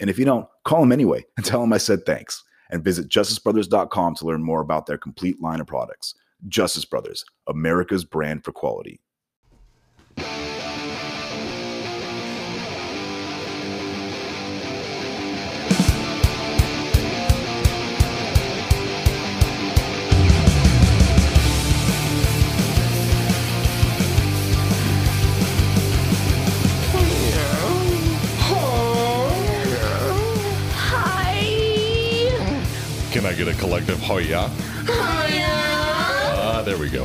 And if you don't, call them anyway and tell them I said thanks. And visit justicebrothers.com to learn more about their complete line of products. Justice Brothers, America's brand for quality. Hi. Can I get a collective hoya? Ah, there we go.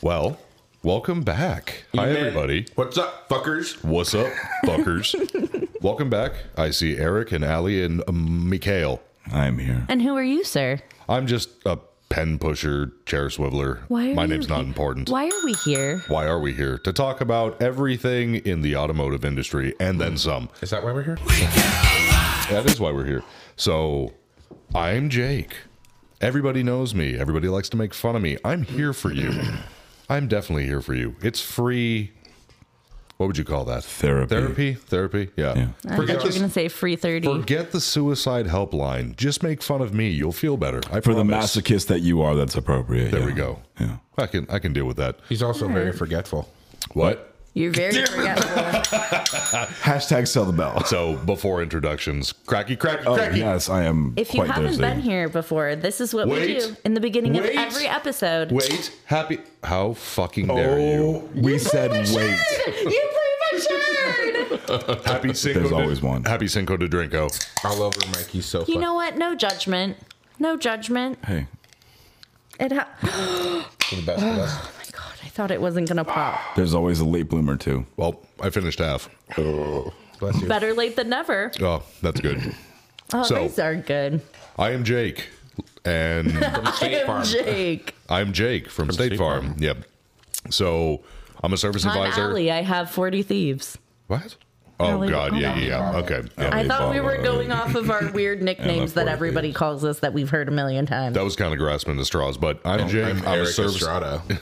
Well, welcome back. Hi, everybody. What's up, fuckers? What's up, fuckers? welcome back. I see Eric and Ali and um, Mikhail. I'm here. And who are you, sir? I'm just a pen pusher, chair swiveler. Why are My you name's not here? important. Why are we here? Why are we here? To talk about everything in the automotive industry and then some. Mm. Is that why we're here? That is why we're here. So, I'm Jake. Everybody knows me. Everybody likes to make fun of me. I'm here for you. I'm definitely here for you. It's free. What would you call that? Therapy. Therapy. Therapy. Yeah. Forget, I thought you were going the, to say free 30. forget the suicide helpline. Just make fun of me. You'll feel better. I For the promise. masochist that you are, that's appropriate. There we go. Yeah. I can I can deal with that. He's also very forgetful. What? You're very forgetful. Hashtag sell the bell. So before introductions, cracky cracky Oh, cracky. yes, I am. If you quite haven't thirsty. been here before, this is what we Wait. do in the beginning of Wait. every episode. Wait. Happy. How fucking Oh. dare Oh, you? we said wait. You pretty much heard. Happy Cinco. There's de- always one. Happy Cinco de Drinko. All over Mikey's sofa. You know what? No judgment. No judgment. Hey, It ha- oh For the best of us. my god, I thought it wasn't gonna pop. there's always a late bloomer too. Well, I finished half. Bless you. Better late than never. Oh, that's good. Oh, So- these are good. I am Jake, and From I State am Farm. Jake. I'm Jake from, State, State Farm. Yep. So I'm a service I'm advisor. Allie. I have 40 thieves. What? Oh Allie God! Yeah, Baldwin. yeah, yeah. Okay. Yeah. I thought we were Baldwin. going off of our weird nicknames that 40 everybody thieves. calls us that we've heard a million times. that was kind of grasping the straws, but I'm Jake. I'm, I'm, a Eric service. Estrada. He's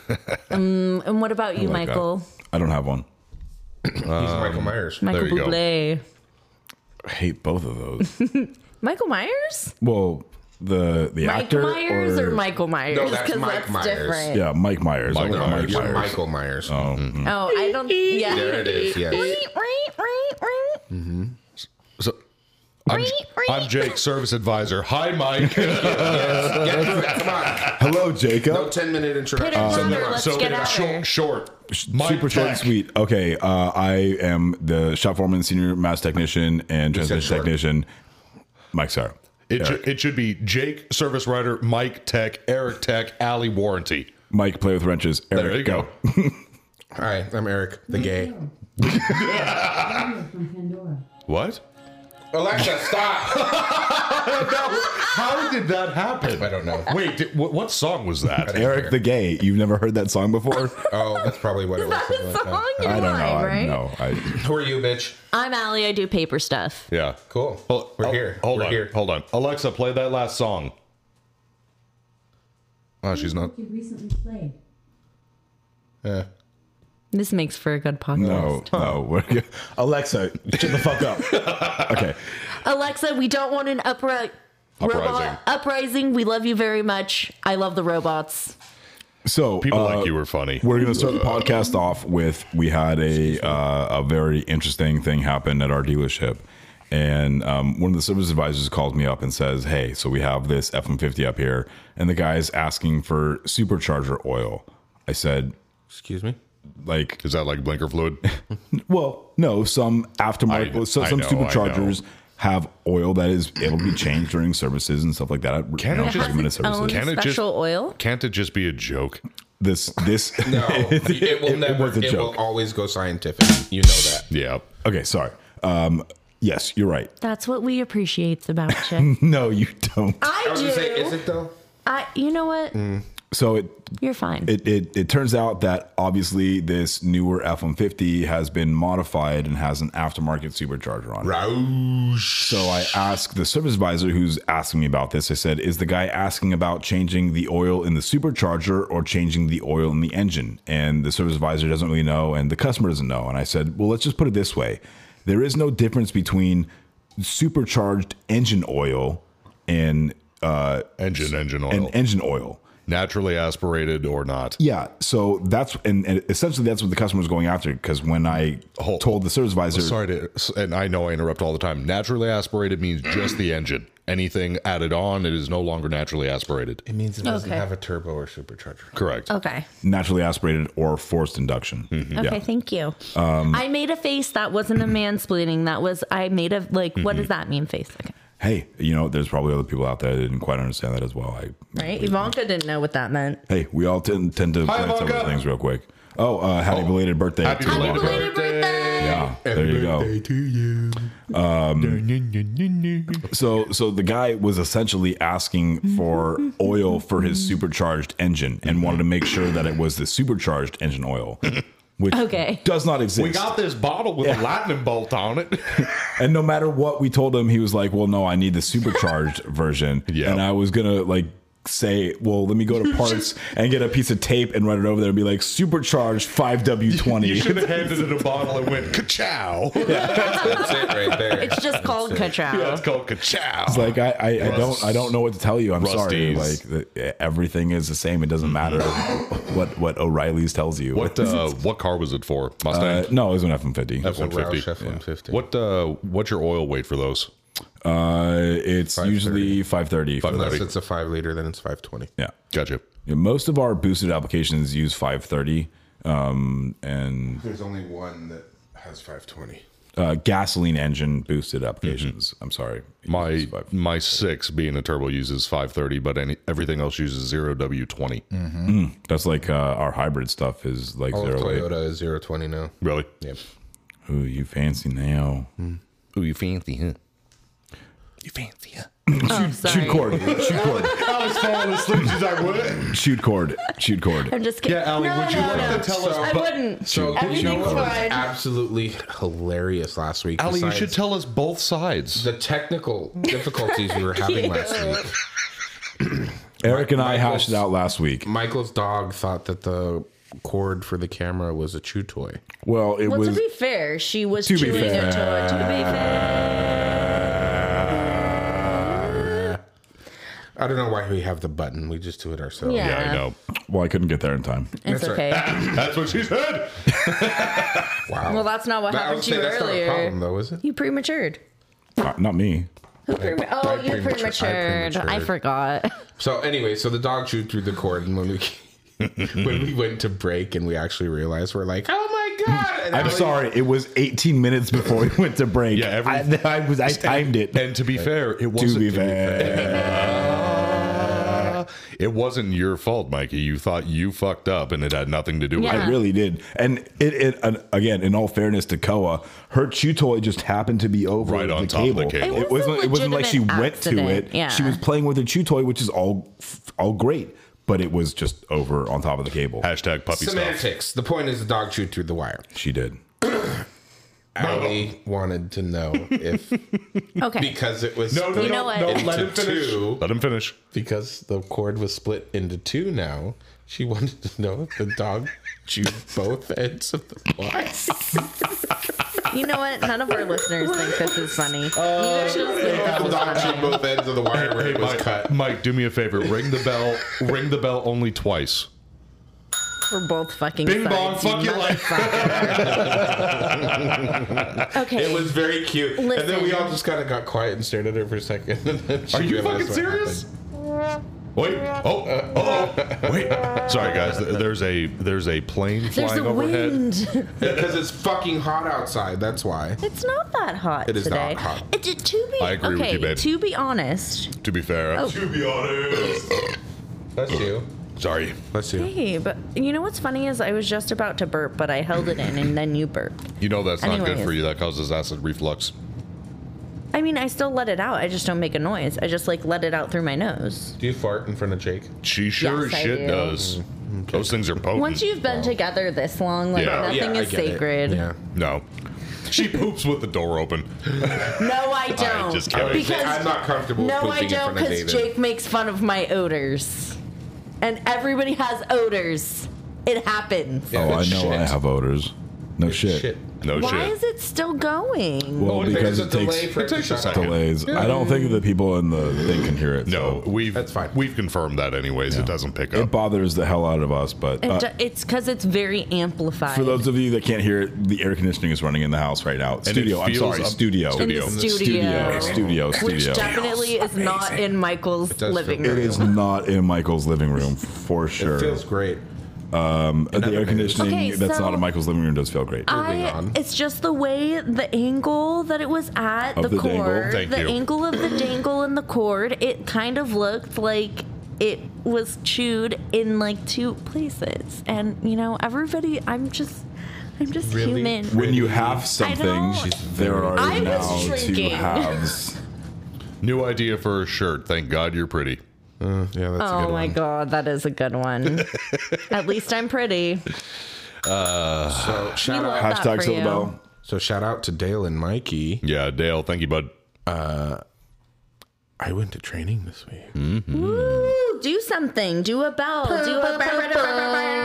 And what about you, my Michael? I don't have one. Michael Myers. Michael There you go. Bublé. I hate both of those. Michael Myers? well, the the Mike actor Myers or, Michael Myers? No, that's 'Cause Mike Myers. different. Yeah, Mike Myers. I Mike want Myers. You're Mike Myers. Michael Myers. Oh, mhm. Oh, I don't. Yeah. There it is, yes. So, I'm, I'm Jake, service advisor. Hi, Mike. Get through it. Come on. hello, Jacob. No 10 minute Put it introduction. on there. Never mind. Let's get out there. short, short. Mike Super short and Tech. sweet. Okay, uh, I am the shop foreman, senior mass technician, and said transmission short. technician. Mike Sarah. It, should it should be Jake, service writer, Mike Tech, Eric Tech, Alley Warranty. Mike, play with wrenches. Eric, There you go. Hi, I'm Eric, the gay. What? Alexa, stop. How did that happen? I don't know. Wait, did, what, what song was that? Eric the gay. You've never heard that song before? Oh, that's probably what it was. That something was the like song that. you I don't know. like, I right? know. I, Who are you, bitch? I'm Allie. I do paper stuff. yeah. Cool. Well, We're oh, here. Hold We're on. here. Hold on. Alexa, play that last song. Oh, she's not. You recently played. Uh, Yeah. This makes for a good podcast. No, no. we're good. Alexa, shut the fuck up. okay. Alexa, we don't want an upri- Uprising. Robot uprising. We love you very much. I love the robots. So People uh, like you were funny. We're gonna start the podcast off with we had a uh, a very interesting thing happen at our dealership, and um, one of the service advisors called me up and says, "Hey, so we have this F one fifty up here, and the guy's asking for supercharger oil." I said, Excuse me. "Like, Is that like blinker fluid? well, no, some aftermarket, I- well, so I some know, I superchargers." Have oil that is able to be changed during services and stuff like that. Can it I just- own Can it just- special oil. Can't it just be a joke? This this No, it will never. was It, a will joke. always go scientific. You know that. Yeah. okay, sorry. Um, yes, you're right. That's what we appreciate about you. No, you don't. I I was do. gonna say, is it Mm. though? I, you know what? So it You're fine. it, it, it turns out that obviously this newer F 150 has been modified and has an aftermarket supercharger on it. Roush. So I asked the service advisor who's asking me about this. I said, Is the guy asking about changing the oil in the supercharger or changing the oil in the engine? And the service advisor doesn't really know, and the customer doesn't know. And I said, Well, let's just put it this way there is no difference between supercharged engine oil and, uh, Engine, engine oil. and engine oil. Naturally aspirated or not. Yeah, so that's and, and essentially that's what the customer was going after because when I Hold- told the service advisor, Sorry to, and I know I interrupt all the time. Naturally aspirated means just the engine. Anything added on, it is no longer naturally aspirated. It means it doesn't Okay. have a turbo or supercharger. Correct. okay. naturally aspirated or forced induction. Mm-hmm. Okay, thank you. Um, I made a face that wasn't a mansplaining. That was I made a like. What does Mm-hmm. that mean? Face. Okay. Hey, you know, there's probably other people out there that didn't quite understand that as well. I, Right. Ivanka didn't know what that meant. hey, we all tend, tend to glance over Ivanka. things real quick. Oh, uh, happy belated birthday! Happy to belated Ivanka. birthday. Yeah, there you go. to you. So, so the guy was essentially asking for oil for his supercharged engine and wanted to make sure that it was the supercharged engine oil, which Okay. does not exist. this bottle with a lightning bolt on it. And no matter what we told him, he was like, "Well, no, I need the supercharged version." Yeah. And I was gonna like say, "Well, let me go to parts and get a piece of tape and run it over there and be like supercharged five W twenty. have handed it a bottle and went ka-chow. That's it right there. It's just called Kachow. That's called ka-chow. Like I, I, I don't Rust- I don't know what to tell you. I'm sorry. Like Rusties. the, everything is the same. It doesn't matter what what O'Reilly's tells you. what, uh, what car was it for? Uh, Mustang? no, it was an F one fifty. F one Roush fifty. F-150. What uh, what's your oil weight for those? Uh, it's usually five thirty. Unless it's a five liter, then it's five twenty. Yeah. Gotcha. Yeah, Most of our boosted applications use five thirty. Um, and There's only one that has five twenty. uh, gasoline engine boosted applications. I'm sorry. Mm-hmm. My Five. my six being a turbo uses five thirty, but any everything else uses zero W twenty. That's like uh, our hybrid stuff is like Oh, All of zero eight. Toyota is zero twenty now. Really? Yep. Ooh, you fancy now. Mm. Ooh, you fancy, huh? You fancy, huh? Oh, sorry. cord. Shoot cord. I was falling asleep. She's like, what? Shoot cord. Shoot cord. I'm just kidding. Yeah, Allie, no, would you no, like no. to tell us- I wouldn't. So Everything's Joe was fine. absolutely hilarious last week. Allie, you should besides tell us both sides. the technical difficulties we were having last week. Eric and I Michael's- hashed it out last week. Michael's dog thought that the cord for the camera was a chew toy. Well, it Well, to was. be fair, she was To be chewing a fair. toy. To be fair, uh, I don't know why we have the button. We just do it ourselves. Yeah. yeah, I know. Well, I couldn't get there in time. it's That's okay. right. That's what she said. Wow. Well, that's not what That- I happened would to say you that's not a problem, earlier. though, is it? You prematured. Uh, not me. Who prema- oh, you premature- I prematured. I prematured. forgot. So anyway, so the dog chewed through the cord, and when we when we went to break, and we actually realized we're like, oh my god! And I'm Allie- sorry. It was 18 minutes before we went to break. Yeah, every- I, I was. I timed it. And to be fair, it wasn't to be fair. It wasn't your fault, Mikey. You thought you fucked up, and it had nothing to do with Yeah. I really did. And it, it and again, in all fairness to Koa, her chew toy just happened to be over Right the on top of the cable. It, It was was a not it wasn't like she legitimate went to accident, it. yeah. She was playing with her chew toy, which is all all great, but it was just over on top of the cable. hashtag puppy stuff. Semantics. The point is, the dog chewed through the wire. She did. Allie wanted to know if Okay. because it was No, no, split You know no, what? no. into Let him finish. two Let him finish. because the cord was split into two now. She wanted to know if the dog chewed both ends of the box. You know what? None of our listeners think this is funny. Oh, Neither should the Snoop dog Dogg chewed both ends of the wire where it was cut. Mike, do me a favor. Ring the bell. Ring the bell only twice. We're both fucking. Bing bong, sides, fuck your life. motherfucker. okay. It was very cute. And then we all just kind of got quiet and stared at her for a second. And then she Are you fucking realized what serious? happened. Wait. Oh. Uh, oh. Wait. Sorry, guys. th- There's a there's a plane There's flying a overhead. wind. Because it's fucking hot outside. That's why. It's not that hot It is not today. hot. It, it- to be, I agree with okay, you, babe. To be honest, To be fair. Oh. To be honest. That's you. Sorry. That's you. hey, but you know what's funny is I was just about to burp, but I held it in, and then you burped. You know that's not good Anyways. for you. That causes acid reflux. I mean, I still let it out. I just don't make a noise. I just like let it out through my nose. Do you fart in front of Jake? She sure as Yes, I shit do. does. Those things are potent. Once you've been together this long, like Yeah. nothing I is get it. sacred. Yeah. no. She poops with the door open. No, I don't. just I kidding. would say Because- I'm not comfortable No, pooping I don't, in front of because David. Jake makes fun of my odors. And everybody has odors. It happens. Yeah, oh, I know it's shit. I have odors. No shit. Shit. No Why shit. is it still going? Well, Oh, because there's a it takes delay for takes to a shut second. up. delays. I don't think the people in the thing can hear it. no, so. we've That's fine. we've confirmed that anyways. It doesn't pick it up. bothers the hell out of us. But It uh, do- it's because it's very amplified. for those of you that can't hear it, the air conditioning is running in the house right now. Studio. I'm feels sorry. up- Studio. in the in studio, Studio. Studio. which Studio. definitely is not in Michael's does living feel- It room. is not in Michael's living room for sure. It feels great. Uh, the air conditioning Okay, that's so- not in Michael's living room does feel great. Moving I, on. it's just the way the angle that it was at Of the, the dangle? cord, Thank the you. angle of the dangle and the cord, it kind of looked like it was chewed in like two places. And you know, everybody, I'm just, I'm just Really? human. when you have something, don't- there are I was now two shrinking. halves. New idea for a shirt. Thank God you're pretty. Yeah, that's a Oh good my one. god, that is a good one. At least I'm pretty. So shout love out. that Hashtag for you. Syllabel. So shout out to Dale and Mikey. Yeah, Dale. Thank you, bud. I went to training this week. Ooh, do something. Do a bell. Do a bell.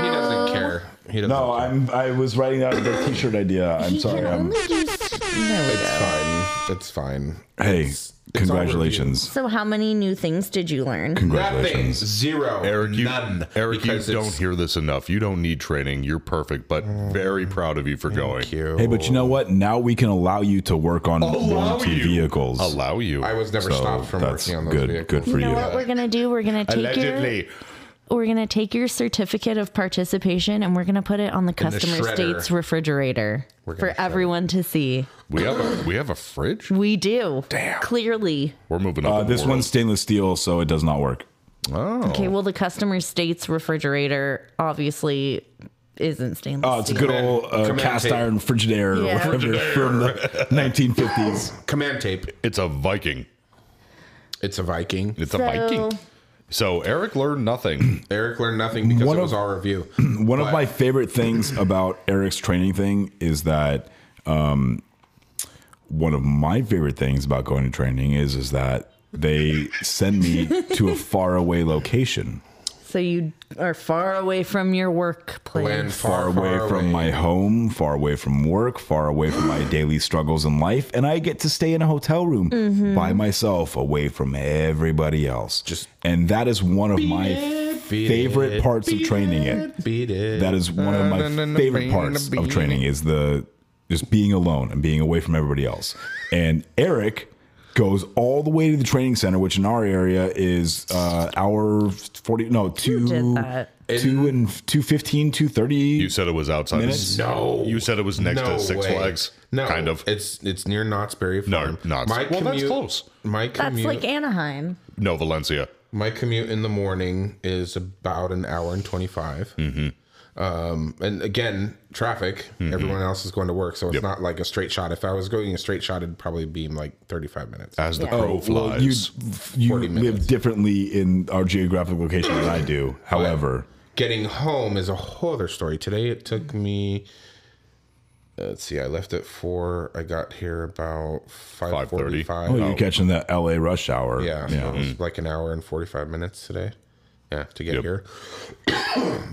He doesn't care. He doesn't. No, care. I'm. I was writing out the T-shirt idea. I'm sorry. I'm, It's fine. It's fine. hey, it's all congratulations! So, how many new things did you learn? Nothing. Congratulations! Zero. Eric, you, None. Eric, you Because don't it's- Mm. hear this enough. You don't need training. You're perfect, but very proud of you for going. You. Hey, but you know what? Now we can allow you to work on Allow warranty you. vehicles. Allow you. I was never So stopped from that's working on those good. vehicles. Good for You know you. what we're gonna do? We're gonna take your Allegedly. we're gonna take your certificate of participation and we're gonna put it on the the customer shredder. state's refrigerator for everyone to see. We have a we have a fridge. We do. Damn. Clearly. We're moving up. Uh, in this the world. one's stainless steel, so it does not work. Oh. Okay, well the customer state's refrigerator obviously isn't stainless. Oh, it's a steel. good old uh, Command cast tape. iron Frigidaire or Yeah. whatever from the 1950s. Command tape. It's a Viking. It's a Viking. It's So- a Viking. So Eric learned nothing. Eric learned nothing because One it of- was our review. One of my favorite things about Eric's training thing is that um, one of my favorite things about going to training is is that they send me to a faraway location, So you are far away from your workplace. Land far, away from my home, far away from work, far away from my daily struggles in life, and I get to stay in a hotel room by myself, away from everybody else. Mm-hmm. Just and that is one of my beat favorite it, parts of training it. Beat it. That is one of my favorite parts of training is the just being alone and being away from everybody else. And Eric goes all the way to the training center, which in our area is uh, hour forty no two did that? two and two fifteen two thirty. You said it was outside. Minutes? No. You said it was next No to Six way. Flags. No, Kind of. It's it's near Knott's Berry Farm. Knott's. My Well, commute, that's close. My That's commute, like Anaheim. No, Valencia. my commute in the morning is about an hour and twenty Mm-hmm. Um, and again, traffic. Everyone else is going to work, so it's not like a straight shot. If I was going a straight shot, it'd probably be like thirty five minutes. As the Yeah. crow Oh, Well, you flies. you 40 minutes. live differently in our geographic location than I do. However, Getting home is a whole other story. Today it took me. Let's see. I left at four. I got here about five 5:30. forty-five. oh, you're catching that L.A. rush hour. Yeah, so it was like an hour and 45 minutes today. eh, to get here.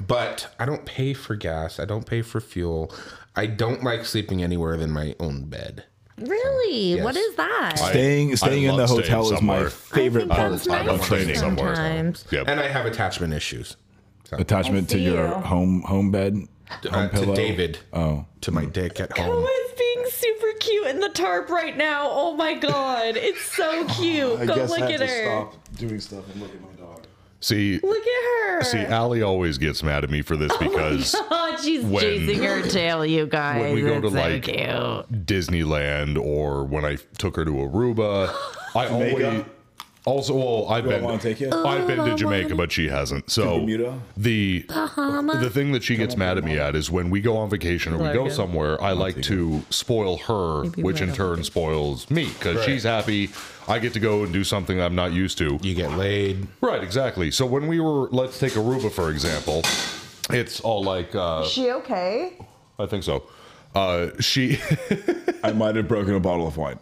but I don't pay for gas. I don't pay for fuel. I don't like sleeping anywhere than my own bed. Really? What Yes. is that? Staying staying in the love staying hotel is my somewhere. favorite I part think that's I love nice training somewhere. sometimes. Yep. And I have attachment issues. attachment I to see your you. home home bed Uh, home to pillow. Um, David. Oh. To my dick at home. Oh, It's being super cute in the tarp right now. Oh my god, it's so cute. Go look at her. doing stuff and look at my dog. See, Look at her. see, Allie always gets mad at me for this because oh, she's when- chasing her tail, you guys. when we go to It's so like cute. Disneyland or when I took her to Aruba, I always. Also, well, I've been wanna take you? I've been to Jamaica, but she hasn't. So Bermuda? the the thing that she gets mad at me at is when we go on vacation or we go Logan. somewhere, I like to spoil her, which in right turn spoils me because she's happy. I get to go and do something I'm not used to. You get laid. Right, exactly. So when we were, let's take Aruba for example, it's all like, uh, She okay? I think so. Uh, she, I might have broken a bottle of wine.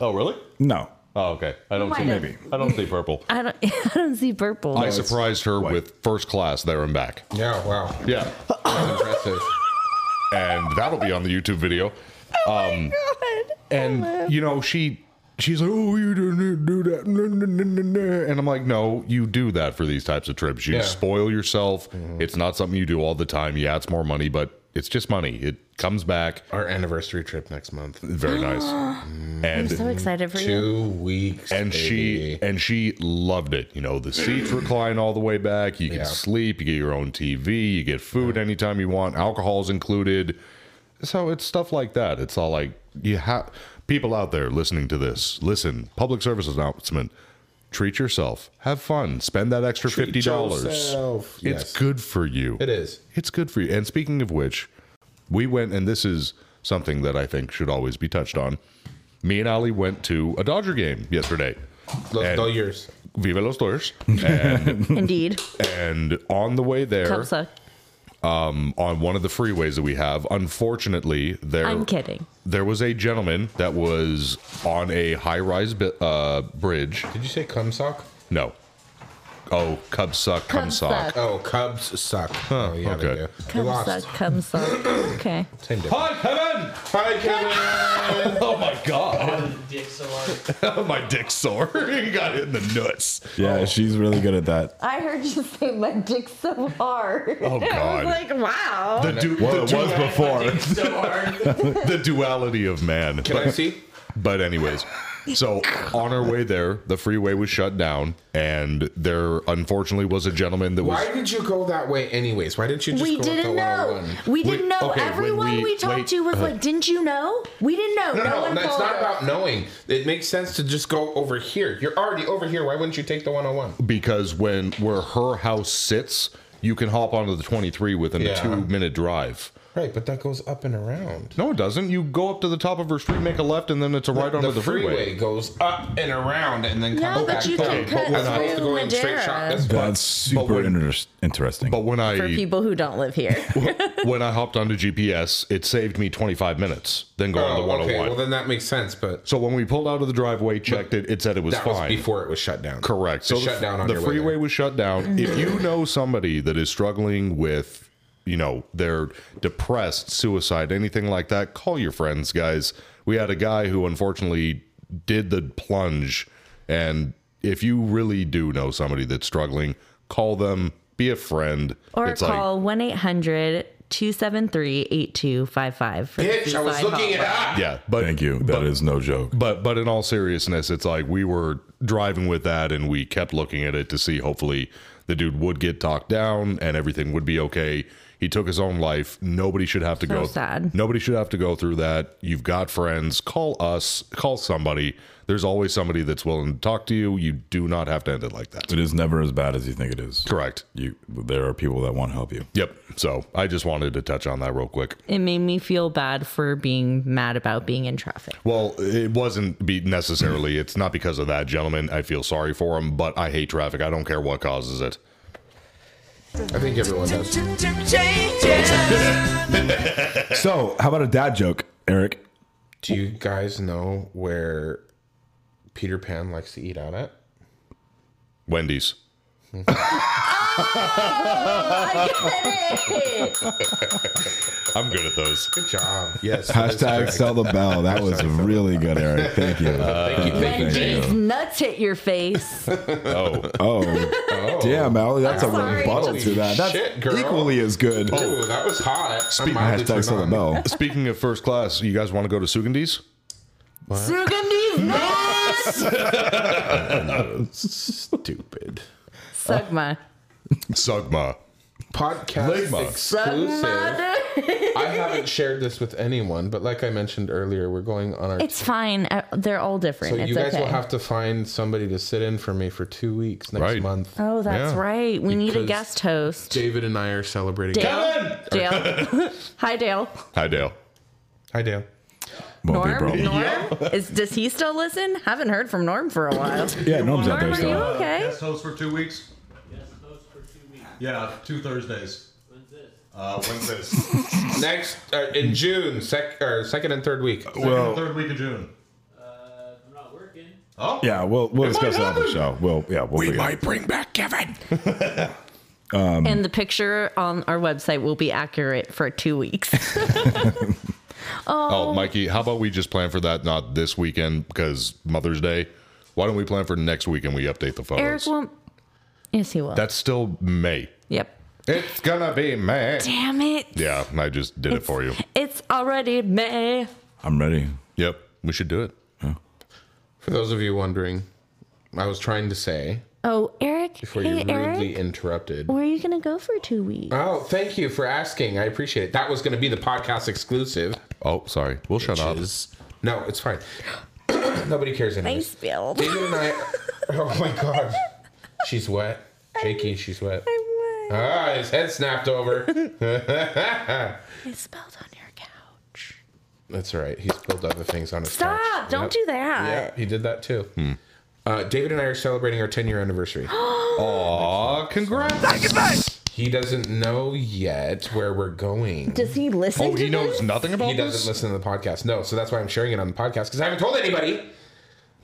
oh really? No. Oh okay. I don't Might see have. maybe. I don't see purple. I don't. I don't see purple. I surprised her with first class there and back. Yeah, wow. Yeah, That's impressive. and that'll be on the YouTube video. Oh Um, God. And you know she. She's like, oh, you didn't do that. Nah, nah, nah, nah, nah." And I'm like, no, you do that for these types of trips. You Yeah. spoil yourself. It's not something you do all the time. Yeah, it's more money, but it's just money. It comes back. Our anniversary trip next month. Very nice. and so excited for you. Two weeks. and she baby. and she loved it. You know, the seats recline all the way back. You can Yeah. sleep. You get your own TV. You get food anytime you want. Alcohol's included. So it's stuff like that. It's all like you have people out there listening to this. Listen, public service announcement. Treat yourself. Have fun. Spend that extra Treat fifty dollars. yourself. It's Yes. good for you. It is. It's good for you. And speaking of which, we went, and this is something that I think should always be touched on. Me and Ali went to a Dodger game yesterday. Los And- dos years. Viva los Dodgers. And, Indeed, and on the way there, cup suck. on one of the freeways that we have, unfortunately, there I'm kidding. there was a gentleman that was on a high rise bi- uh, bridge. Did you say cum sock? No. Oh, Cubs suck, cum Cubs sock. suck. Oh, Cubs suck. oh, yeah, okay. they do. They Come lost. suck, come suck. Okay. Same difference. Hi, Kevin! Hi, Kevin. Oh my god. dicks are. my dick's sore. he got hit in the nuts. Yeah, she's really good at that. I heard you say my dick so hard. Oh, God. I was like, wow. The, du- Well, the, it du- was before. so hard. the duality of man. Can I see? But anyways, so on our way there, the freeway was shut down, and there unfortunately was a gentleman that was. Why did you go that way, anyways? Why didn't you just we go didn't up the know. 101? We didn't know. okay, when Everyone we- we, talked wait, to was uh, like, "Didn't you know?" We didn't know. No, no, one no, it's told not us. about knowing. It makes sense to just go over here. You're already over here. Why wouldn't you take the 101? because when where her house sits, you can hop onto the 23 within a Yeah. two minute drive. Right, but that goes up and around. No, it doesn't. You go up to the top of her street, make a left, and then it's a right onto the, freeway. goes up and around and then No, comes but back you can down. cut we're not through supposed to go in straight Madera. shot. That's fine. That's super when- inter- interesting. But when I For people who don't live here. when I hopped onto GPS, it saved me 25 minutes. Then going on the Oh, 101. okay, well then that makes sense, but so when we pulled out of the driveway, checked it. It said it was that was fine. before it was shut down. Correct. So the- shut down on the your way freeway there. was shut Mm-hmm. down. if you know somebody that is struggling with, you know, they're depressed, suicide, anything like that, call your friends, guys. We had a guy who unfortunately did the plunge, and if you really do know somebody that's struggling, call them. Be a friend. Or it's like call 1 800 273 8255. Bitch, I was looking it up. yeah, but Thank you. That is no joke. but but in all seriousness, it's like we were driving with that, and we kept looking at it to see. Hopefully, the dude would get talked down, and everything would be okay. He took his own life. Nobody should have to go. sad. Nobody should have to go through that. You've got friends. Call us. Call somebody. There's always somebody that's willing to talk to you. You do not have to end it like that. It is never as bad as you think it is. Correct. You, there are people that want to help you. Yep. So I just wanted to touch on that real quick. It made me feel bad for being mad about being in traffic. Well, it wasn't be necessarily. It's not because of that gentleman. I feel sorry for him, but I hate traffic. I don't care what causes it. I think everyone does. So, how about a dad joke, Eric? Do you guys know where Peter Pan likes to eat out at? Wendy's. I get it. I'm good at those. Good job. Yes. that is Hashtag correct. sell the bell. That was really good, Eric. Thank you. Uh, Thank you, When thank you. these nuts hit your face. Oh, Oh, damn, Allie, that's I'm a sorry. rebuttal to that. That's Shit, girl. Oh, equally as good. Ooh, that was hot. I'm mildly Hashtag sell the turned on. bell. speaking of first class, you guys want to go to Sugandi's? Sugandhi's nuts. Stupid. Sugma. Sugma. Podcast Ligma. exclusive. Sugma. I haven't shared this with anyone, but like I mentioned earlier, we're going on our. It's fine. Uh, They're all different. so it's you guys okay. will have to find somebody to sit in for me for two weeks next Right. month. oh, that's Yeah. right. We need a Because- guest host. David and I are celebrating. Dale. Dale. Hi, Dale. Hi, Dale. Hi, Dale. Won't be a Norm. problem. Norm. Is does he still listen? Haven't heard from Norm for a while. Yeah, Norm's Norm, out there are you still. okay? Guest host for two weeks? Yeah, two Thursdays. When's this? Uh, when's this? Next uh, in June, sec or second and third week. well, third week of June. Uh, I'm not working. Oh, Yeah, we'll we'll discuss it on the show. We'll yeah, we'll figure it out. bring back Kevin. And the picture on our website will be accurate for two weeks. Oh, Mikey, how about we just plan for that not this weekend because Mother's Day? Why don't we plan for next week and we update the photos? Eric won't. Yes, he will. That's still May. yep. It's gonna be May. Damn it. Yeah, I just did it for you. It's already May. I'm ready. Yep, we should do it. For those of you wondering, I was trying to say Oh, Eric. before hey, you rudely Eric. interrupted. Where are you gonna go for two weeks? Oh, thank you for asking. I appreciate it. That was going to be the podcast exclusive. Oh, sorry. We'll shut up. No, it's fine. Nobody cares anymore. I spilled. David and I. Oh my god, she's wet. Shaky, she's wet. I Ah, his head snapped over. spilled on your couch. That's all right. He spilled other things on his Stop! couch. Don't Yep. do that. Yeah, he did that too. Uh, David and I are celebrating our 10 year anniversary. Aw, congrats. he doesn't know yet where we're going. Does he listen? Oh, to he knows this? nothing about He doesn't this? listen to the podcast. No, so that's why I'm sharing it on the podcast because I haven't told anybody.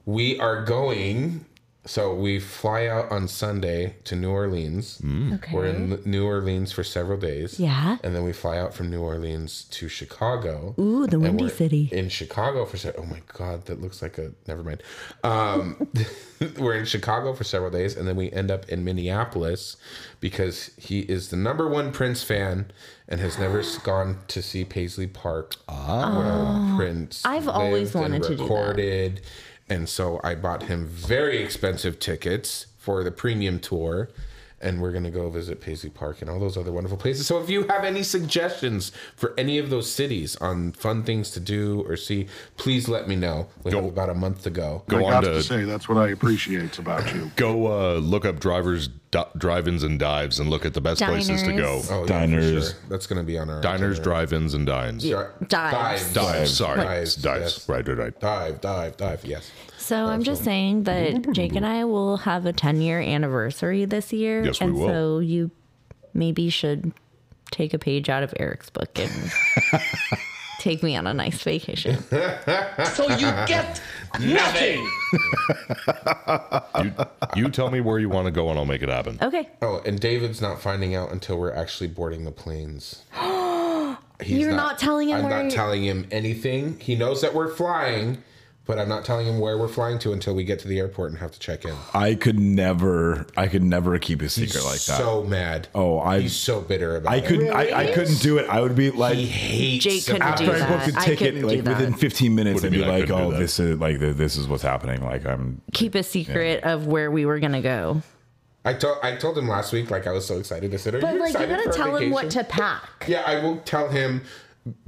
We are going. So we fly out on Sunday to New Orleans. Okay. We're in L- New Orleans for several days. Yeah. And then we fly out from New Orleans to Chicago. Ooh, the And Windy we're City. In Chicago for se- oh my god, that looks like a never mind. Um, we're in Chicago for several days, and then we end up in Minneapolis because he is the number one Prince fan and has never s- gone to see Paisley Park where Prince. Ah. I've always lived wanted to do that. recorded, and so I bought him very expensive tickets for the premium tour. And we're gonna go visit Paisley Park and all those other wonderful places. So if you have any suggestions for any of those cities on fun things to do or see, please let me know. We have about a month to go. Go I on got to to say that's what I appreciate about you. go uh, look up drivers, di- drive-ins, and dives, and look at the best places to go. Diners. Oh, yeah, for Diners. sure. That's gonna be on our Diners, drive-ins, and dines. Yeah. Dives. dive, Dives. Sorry, Dives, dives. yes. Right, right, right. dive, dive, dive. Yes. So I'm just saying that Jake and I will have a 10 year anniversary this year. Yes, we and will. so you maybe should take a page out of Eric's book and take me on a nice vacation. You, you tell me where you want to go, and I'll make it happen. Okay. Oh, and David's not finding out until we're actually boarding the planes. He's You're not telling him I'm where not you- telling him anything. He knows that we're flying, but I'm not telling him where we're flying to until we get to the airport and have to check in. I could never I could never keep a secret like that. So mad. oh, I he's so bitter about I it. couldn't I, I couldn't do it. I would be like He hates. Jake couldn't it. do after I booked that. a I ticket, couldn't do like that. within 15 minutes, What I'd do you be mean I like, couldn't do "Oh, that?" this is like th- this is what's happening." Like I'm Keep a secret of where we were going to go. I told I told him last week like I was so excited. I said, "Are But you like, you excited got to for our tell him what vacation?" to pack. Yeah, I will tell him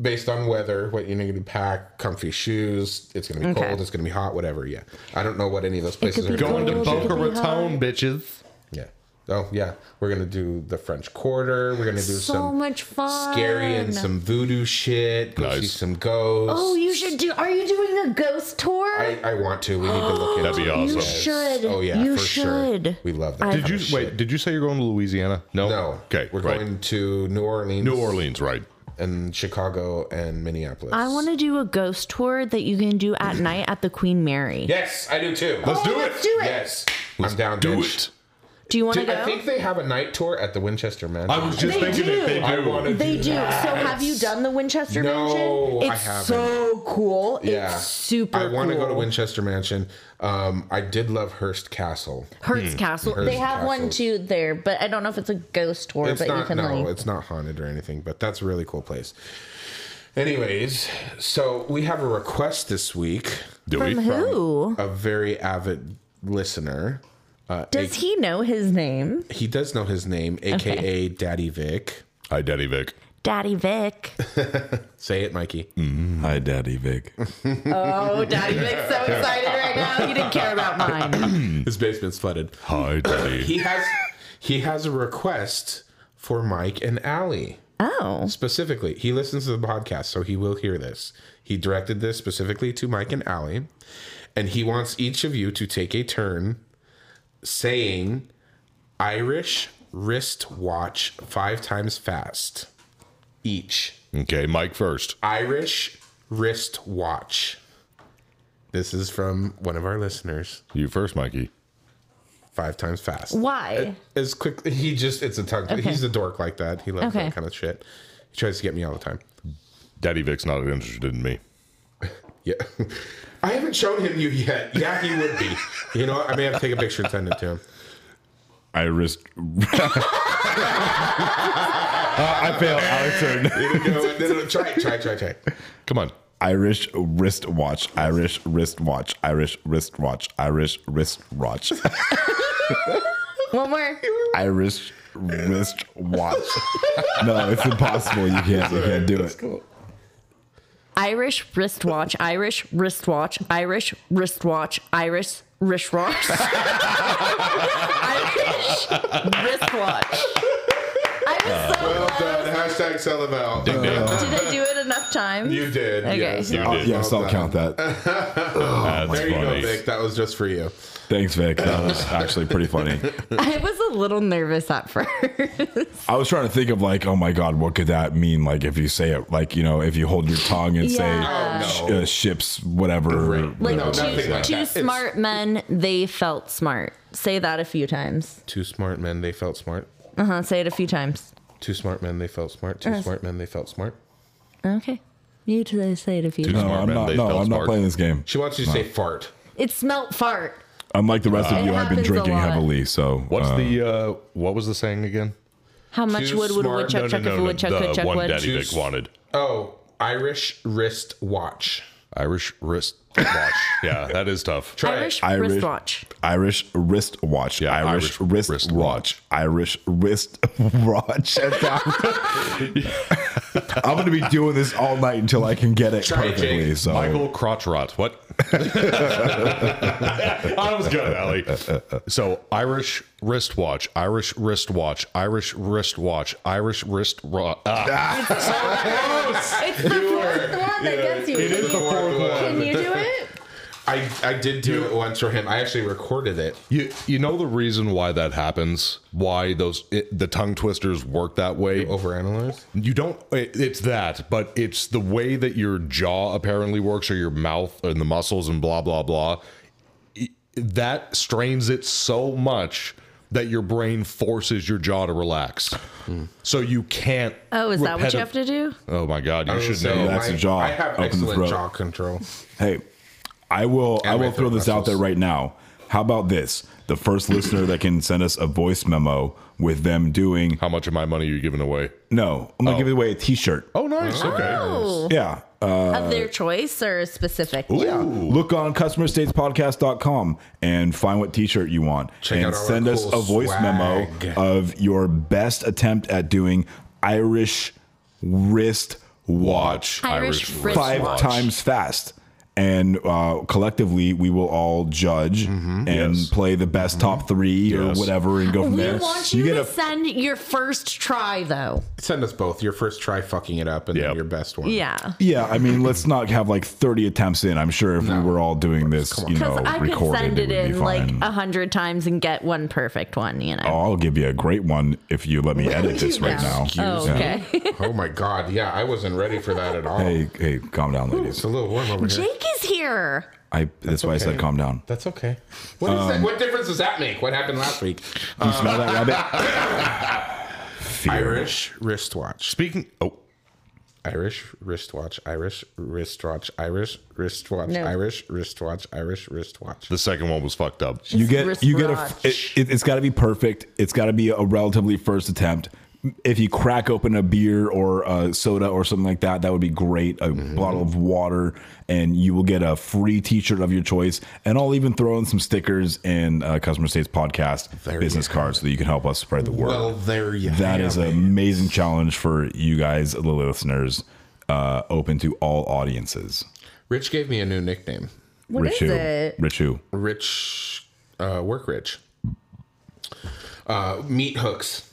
based on weather what you need to pack, comfy shoes. It's gonna be Okay. cold. It's gonna be hot. Whatever. Yeah, I don't know what any of those places could are be gonna Going to Oh, that'd Boca be Raton, hard. bitches. Yeah. Oh yeah, we're gonna do the French Quarter. We're gonna do So some much fun. scary and some voodoo shit. Go see Nice. some ghosts. Oh, you should do. Are you doing a ghost tour? I, I want to. We need to look into That'd be it. awesome. you Yes. should. Oh yeah, You for sure. should. We love I- that. kind Did of you Oh, shit. wait? Did you say you're going to Louisiana? No. No. Okay. We're right. going to New Orleans, New Orleans, right? and Chicago, and Minneapolis. I want to do a ghost tour that you can do at night at the Queen Mary. Yes, I do too. Let's do it. Oh, Let's do it. Yes, I'm down. Do bitch. it. Do you want to Do- go? I think they have a night tour at the Winchester Mansion. I was just They thinking do. that they I do. wanna They do do. that. So have you done the Winchester No, Mansion? I It's haven't. so cool. Yeah. It's super I want to cool. go to Winchester Mansion. Um, I did love Hearst Castle. Hertz Castle. Hertz they have one Hmm. Castle. too there, but I don't know if it's a ghost tour, It's but you not can no, like it's not haunted or anything, but that's a really cool place. Anyways, so we have a request this week, Do from we? who? a very avid listener. uh, Does he know his name? He does know his name, aka Daddy Vic. Hi, Daddy Vic. Daddy Vic. Say it, Mikey. Hi, Daddy Vic. Oh, Daddy Vic's so excited right now. He didn't care about mine. His basement's flooded. Hi, Daddy. He has he has a request for Mike and Allie. Oh. Specifically, he listens to the podcast, so he will hear this. He directed this specifically to Mike and Allie, and he wants each of you to take a turn saying Irish wristwatch five times fast. Each. okay, Mike first. Irish wristwatch. This is from one of our listeners. You first, Mikey. Five times fast. Why? As quick, he just, it's a tongue. He's a dork like that. He loves Okay. that kind of shit. He tries to get me all the time. Daddy Vic's not interested in me. Yeah. I haven't shown him you yet. Yeah, he would be. You know, what? I may have to take a picture and send it to him. I risk. Uh, I failed. I turned. No, no, no, try, it, try, it, try, it, try. it. Come on. Irish wristwatch, Irish wristwatch, Irish wristwatch, Irish wristwatch, One more. Irish wristwatch. No, it's impossible. You can't. You can't do it. Irish wristwatch, Irish wristwatch, Irish wristwatch, Irish wristwatch. Irish wristwatch. I was so Well close. done. Hashtag sell them out. Did I do it enough times? You did. Okay. Yes. You Oh, did. yes, I'll count that. Oh That's There you go, funny. Vic. That was just for you. Thanks, Vic. That was actually pretty funny. I was a little nervous at first. I was trying to think of like, oh my god, what could that mean? Like if you say it, like you know, if you hold your tongue and Yeah. say Oh, sh- no. uh, ships, whatever. Like No, nothing two, like two that. It's- smart men, they felt smart. Say that a few times. Two smart men, they felt smart. Uh huh. Say it a few times. Two smart men, they felt smart. Two smart men, they felt smart. Okay. You two say it a few Two times. No, smart I'm men, not. they No, felt I'm not smart. playing this game. She wants you to say fart. It smelt fart. Unlike the rest of you, It I've been happens a drinking lot. heavily. So What's uh, the uh, what was the saying again? How much Two wood would a Um, smart- woodchuck chuck if a woodchuck the could chuck one wood? Daddy Two Vic s- wanted. Oh, Irish wrist watch. Irish wrist watch. yeah, that is tough. Try it. Irish, Irish- wristwatch. Irish wristwatch? Yeah, Irish, Irish wrist, wristwatch. watch. Irish wrist watch. I'm gonna be doing this all night until I can get it Try it, perfectly. Jake. so Michael Crotch Rot. What? I was good, Ali. So Irish wristwatch, Irish wristwatch, Irish wristwatch, Irish wrist. Ro- ah. It's the fourth one that gets you. Can you do it? I, I did do it once for him. I actually recorded it. You you know the reason why that happens? Why those it, the tongue twisters work that way? Overanalyze. You don't. It, it's that, but it's the way that your jaw apparently works, or your mouth and the muscles and blah blah blah. It- That strains it so much that your brain forces your jaw to relax, so you can't. Oh, is that what you repeti- have to do? Oh my god, you I should would say know. That's my- a jaw. I have Open the excellent throat. jaw control. Hey, I will. I And will my throw throat this out there muscles. right now. How about this? The first listener that can send us a voice memo with them doing How much of my money are you giving away? no, I'm gonna give away a T-shirt. Oh, nice. Okay. Oh, Yeah, of their choice or specific? yeah. Look on customerstatespodcast.com and find what T-shirt you want, Check and out our send us cool a voice swag. memo of your best attempt at doing Irish wrist watch. Irish Irish wrist five watch. times fast. And uh, collectively, we will all judge and play the best top three or Yes. whatever and go from We there. want you, get to a send your first try, though. Send us both. Your first try fucking it up and Yep. then your best one. Yeah. yeah. I mean, let's not have like thirty attempts in. I'm sure if we were all doing this, you know, Because I could recorded, send it, would be in like fine. a hundred times and get one perfect one, you know. Oh, I'll give you a great one if you let me edit this right now. Oh, okay. Oh my god. Yeah, I wasn't ready for that at all. Hey, hey, calm down, ladies. It's a little warm over here. Jake he's here. I that's why I said okay. calm down. That's okay. What, is that? what difference does that make? What happened last week? Do you smell that rabbit? Fear. Irish wristwatch. Speaking. Oh, Irish wristwatch. Irish wristwatch. Irish wristwatch. No. Irish wristwatch. Irish wristwatch. the second one was fucked up. You get Wrist you get a watch. it, it, it's got to be perfect. It's got to be a relatively first attempt. If you crack open a beer or a soda or something like that, that would be great. A bottle of water, and you will get a free T-shirt of your choice. And I'll even throw in some stickers and uh, customer states podcast business cards so that you can help us spread the word. Well, there you That is an amazing challenge for you guys, the listeners, uh, open to all audiences. Rich gave me a new nickname. What is Richu. it? Richu. Rich, uh, work rich. Uh, meat hooks.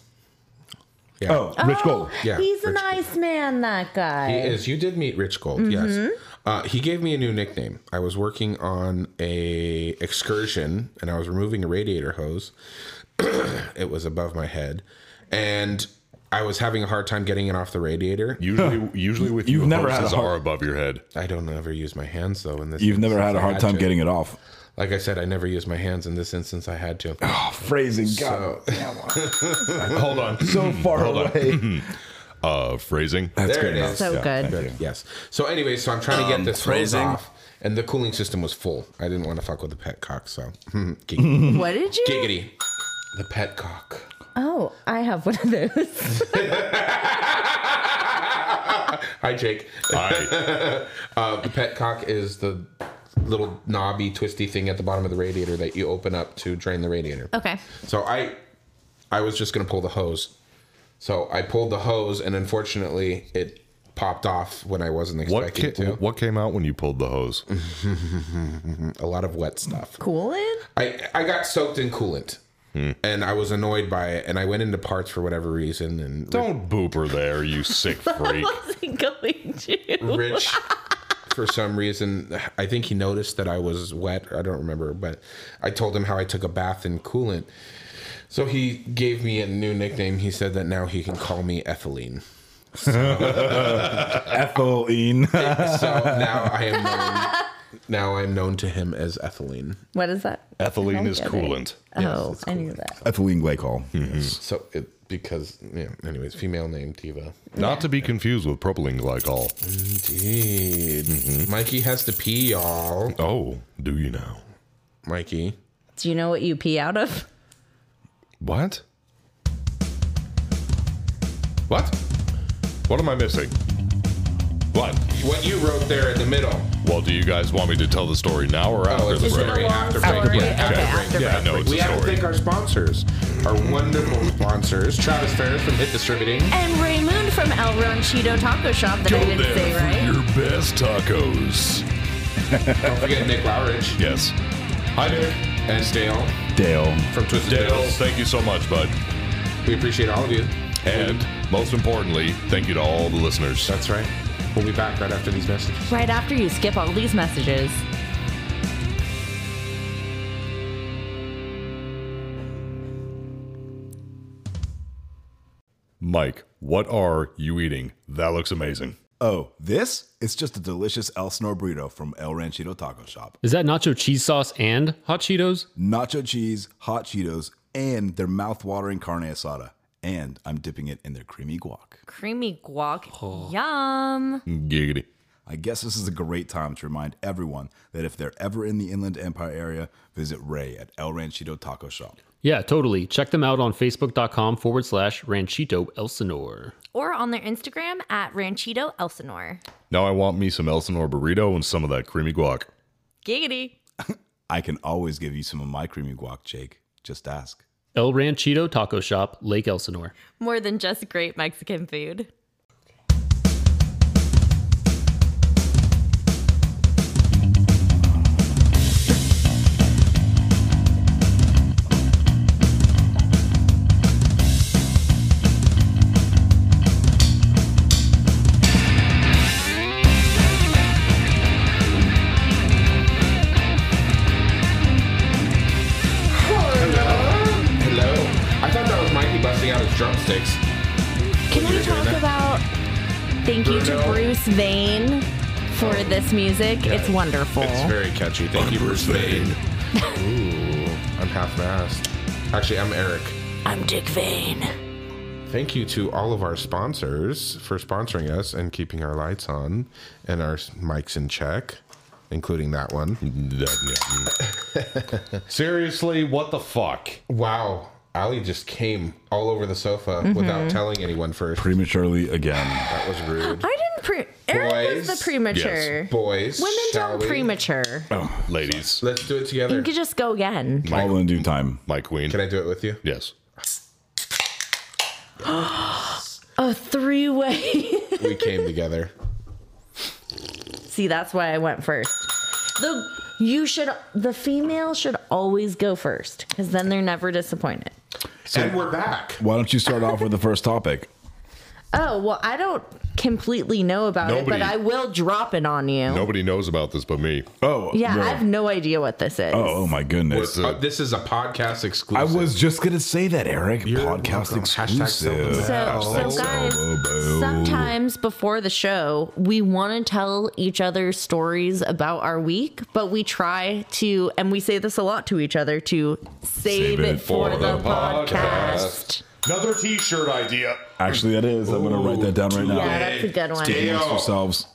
Yeah. Oh, Rich Gold. Yeah, he's a Rich nice man, that guy. He is. You did meet Rich Gold, yes. Uh, he gave me a new nickname. I was working on a excursion, and I was removing a radiator hose. it was above my head, and I was having a hard time getting it off the radiator. Usually, usually with You've you, never had a hoses heart- are above your head. I don't ever use my hands though. In this, You've never instance, had a I hard time to. getting Oh, it off. Like I said, I never use my hands. In this instance, I had to. Phrasing. God. So Hold on. so far away. Uh, phrasing. That's Um, There good it enough. is. So good. thank you. yes. So anyway, so I'm trying to get this phrasing. hose off, and the cooling system was full. I didn't want to fuck with the pet cock, so Geek. What did you? giggity. The pet cock. Oh, I have one of those. Hi, Jake. I, Uh, the pet cock is the little knobby, twisty thing at the bottom of the radiator that you open up to drain the radiator. Okay. So I, I was just gonna pull the hose. So I pulled the hose, and unfortunately, it popped off when I wasn't what expecting ca- it to. what came out when you pulled the hose? A lot of wet stuff. Hmm. Coolant? I I got soaked in coolant. And I was annoyed by it, and I went into parts for whatever reason. And Don't booper there, you sick freak. wasn't going to. Rich, for some reason, I think he noticed that I was wet. I don't remember, but I told him how I took a bath in coolant. So he gave me a new nickname. He said that now he can call me Ethylene. Ethylene. So now I am known, now I'm known to him as Ethylene. What is that? Ethylene is Okay. coolant. Oh, I knew that. Ethylene glycol. So it because yeah. Anyways, female name Diva. Not to be confused with propylene glycol. Dude, mm-hmm. Mikey has to pee, y'all. Oh, do you now? Mikey, Do you know what you pee out of? What? What? What am I missing? What? what you wrote there in the middle? Well, do you guys want me to tell the story now or after Oh, it's the a break? story after Long break. story. Yeah, Okay, after after break. break. Yeah, no, it's we a have to story. thank our sponsors, our wonderful sponsors, Travis Ferris from Hit Distributing. And Raymond from El Ron Cheeto Taco Shop that I Go didn't say there for right. your best tacos. Don't forget Nick Lowridge Yes. Hi, Nick. and Dale Dale. from Twisted Dale, Tales. thank you so much, bud. We appreciate all of you. And most importantly, thank you to all the listeners. That's right. We'll be back right after these messages. Right after you skip all these messages. Mike, what are you eating? That looks amazing. Oh, this? It's just a delicious El Snor burrito from El Ranchito Taco Shop. Is that nacho cheese sauce and hot Cheetos? Nacho cheese, hot Cheetos, and their mouth-watering carne asada. And I'm dipping it in their creamy guac. Creamy guac. Oh. Yum. Giggity. I guess this is a great time to remind everyone that if they're ever in the Inland Empire area, visit Ray at El Ranchito Taco Shop. Yeah, totally. Check them out on facebook.com forward slash ranchito elsinore. Or on their Instagram at Ranchito Elsinore. Now I want me some Elsinore burrito and some of that creamy guac. Giggity. I can always give you some of my creamy guac, Jake. Just ask. El Ranchito Taco Shop, Lake Elsinore. More than just great Mexican food. Hello. I thought that was Mikey busting out his drumsticks. Can we talk about thank you to Bruno. Bruce Vane for this music. It's wonderful. It's very catchy. Thank you for Spade. Ooh, I'm half-assed. Actually, I'm Eric. I'm Dick Vane. Thank you to all of our sponsors for sponsoring us and keeping our lights on and our s- mics in check, including that one. Seriously, what the fuck? Wow. Ali just came all over the sofa without telling anyone first. prematurely again. That was rude. I didn't pre. Eric was Boys. the premature. Boys, Women shall don't we? premature. Ladies, Let's do it together. You could just go again. All in due time. my queen. Can I do it with you? yes. A three way. We came together. See, that's why I went first. The you should the female should always go first because then they're never disappointed. and we're back. Why don't you start off with the first topic? Oh well, I don't completely know about it, Nobody- but I will drop it on you. Nobody knows about this but me. Oh, Yeah, no. I have no idea what this is. oh, oh my goodness. Uh, this is a podcast I exclusive. was just gonna say that, Eric. Podcast welcome. Hashtag exclusive. self-promote. So, so Wow. guys, Solo bow. sometimes before the show, we want to tell each other stories about our week, but we try to, and we say this a lot to each other, to save, it, for, the, podcast. Another t-shirt idea. Actually, that is. I'm gonna write that down right now. Yeah, that's a good one. Take notes yourselves.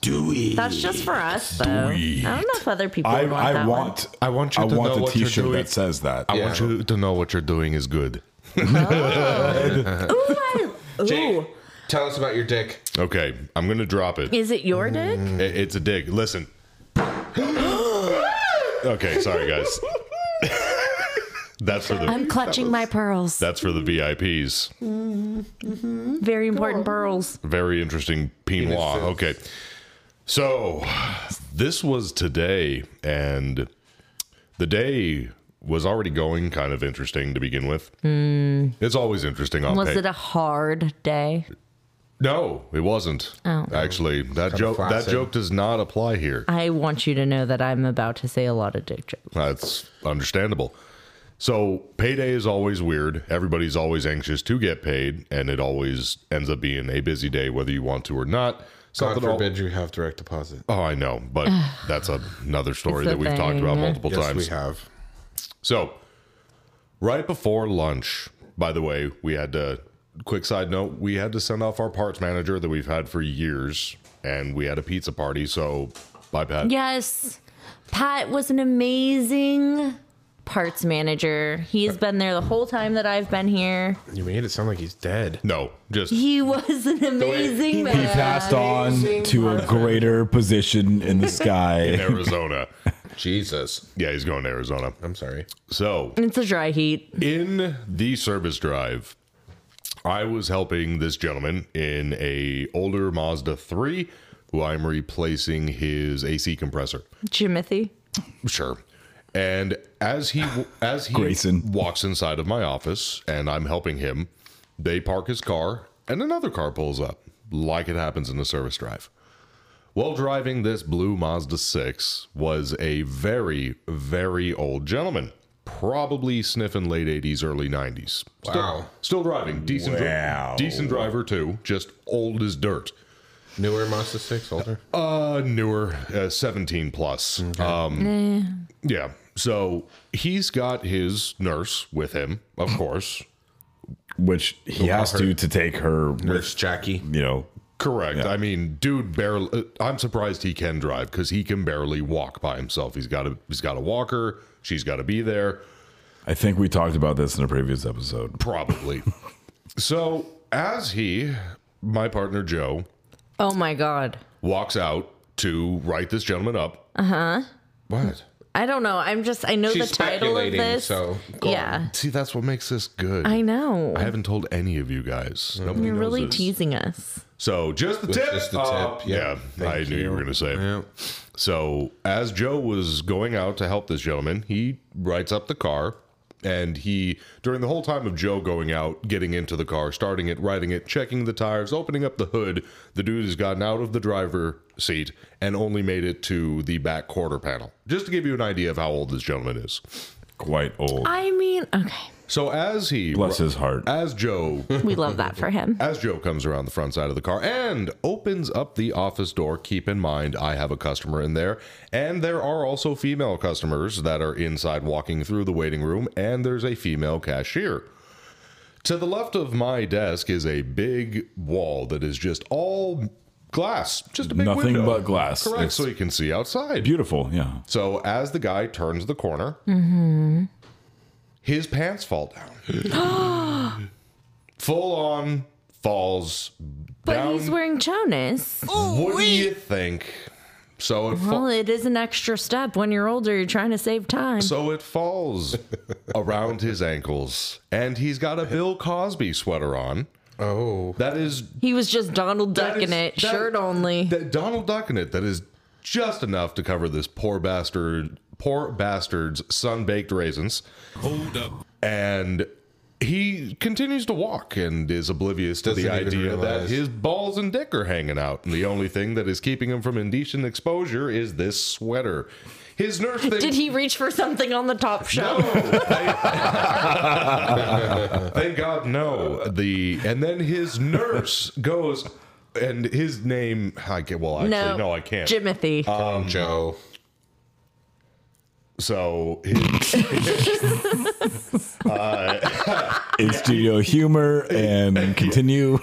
That's just for us, though. I don't know if other people I, would want I that one. want I want you I to want know the what you're T-shirt doing. that says that. I want you to know what you're doing is good. Ooh, I- Jake, ooh. tell us about your dick. Okay, I'm gonna drop it. Is it your dick? Mm. I- It's a dig. Listen. okay, sorry guys. that's for the I'm clutching my pearls. that's for the VIPs. Very important pearls. Very interesting pinois. Penises. Okay. So this was today, and the day was already going kind of interesting to begin with. It's always interesting on Hmm. Was paper. it a hard day? no, it wasn't. Oh. Actually, that joke that flaccid. joke does not apply here. I want you to know that I'm about to say a lot of dick jokes. That's understandable. So payday is always weird. Everybody's always anxious to get paid, and it always ends up being a busy day, whether you want to or not. God Something al- forbid you have direct deposit. Oh, I know, but that's a, another story It's a that we've talked thing. about multiple Yes, times. we have. So, right before lunch, by the way, we had to, quick side note, we had to send off our parts manager that we've had for years, and we had a pizza party. So, bye, Pat. Yes. Pat was an amazing parts manager. He's been there the whole time that I've been here. You made it sound like he's dead. No, just He was an amazing He man. passed on to a greater position in the sky. Arizona. Jesus. yeah, he's going to Arizona. I'm sorry. So, It's a dry heat. in the service drive, I was helping this gentleman in a older Mazda 3 who I'm replacing his AC compressor. Jimothy. Sure. And as he as he Grayson. walks inside of my office and I'm helping him, they park his car and another car pulls up, like it happens in a service drive. While driving this blue Mazda 6 was a very, very old gentleman, probably sniffing late 80s, early 90s. Wow. Still driving, decent, dri- Wow. decent driver too, just old as dirt. Newer Mazda 6, older? Uh, newer, uh, 17 plus. Um, Eh. yeah. So he's got his nurse with him, of course. Which he has to to take her, Nurse Jackie. you know, Correct. I mean, dude, barely. uh, I'm surprised he can drive because he can barely walk by himself. He's got a he's got a walker. She's got to be there. I think we talked about this in a previous episode. Probably. so as he, my partner Joe, Oh my god. walks out to write this gentleman up. What? I don't know. I'm just I know She's the title of speculating, this. so go yeah. See, that's what makes this good. I know. I haven't told any of you guys. Nobody You're knows really this. teasing us. So just the tip. just the Uh, tip. yeah, Yeah. I knew you were going to say it. So as Joe was going out to help this gentleman, he writes up the car. And he, during the whole time of Joe going out, getting into the car, starting it, riding it, checking the tires, opening up the hood, the dude has gotten out of the driver seat and only made it to the back quarter panel. Just to give you an idea of how old this gentleman is. Quite old. I mean, okay. So as he Bless his heart. as Joe We love that for him. as Joe comes around the front side of the car and opens up the office door, keep in mind I have a customer in there, and there are also female customers that are inside walking through the waiting room, and there's a female cashier. To the left of my desk is a big wall that is just all glass, just a big Nothing window. but glass. Correct, It's so you can see outside. Beautiful, yeah. So as the guy turns the corner, his pants fall down. Full on falls But down. he's wearing Jonas. what do you think? So it fa- Well, it is an extra step. When you're older, you're trying to save time. so it falls around his ankles, and he's got a Bill Cosby sweater on. Oh, That is he was just Donald That ducking is- it, that- shirt only. that Donald Duck in it. That is just enough to cover this poor bastard, poor bastard's sun-baked raisins. Hold up. and he continues to walk and is oblivious to the Doesn't even idea that realize. his balls and dick are hanging out. And the only thing that is keeping him from indecent exposure is this sweater. His nurse thinks. Did he reach for something on the top No. shelf? Thank- Thank God, no. The and then his nurse goes, and his name. I get well. Actually, no, I can't. Uh, Jimothy. Joe. So his, In studio humor and continue.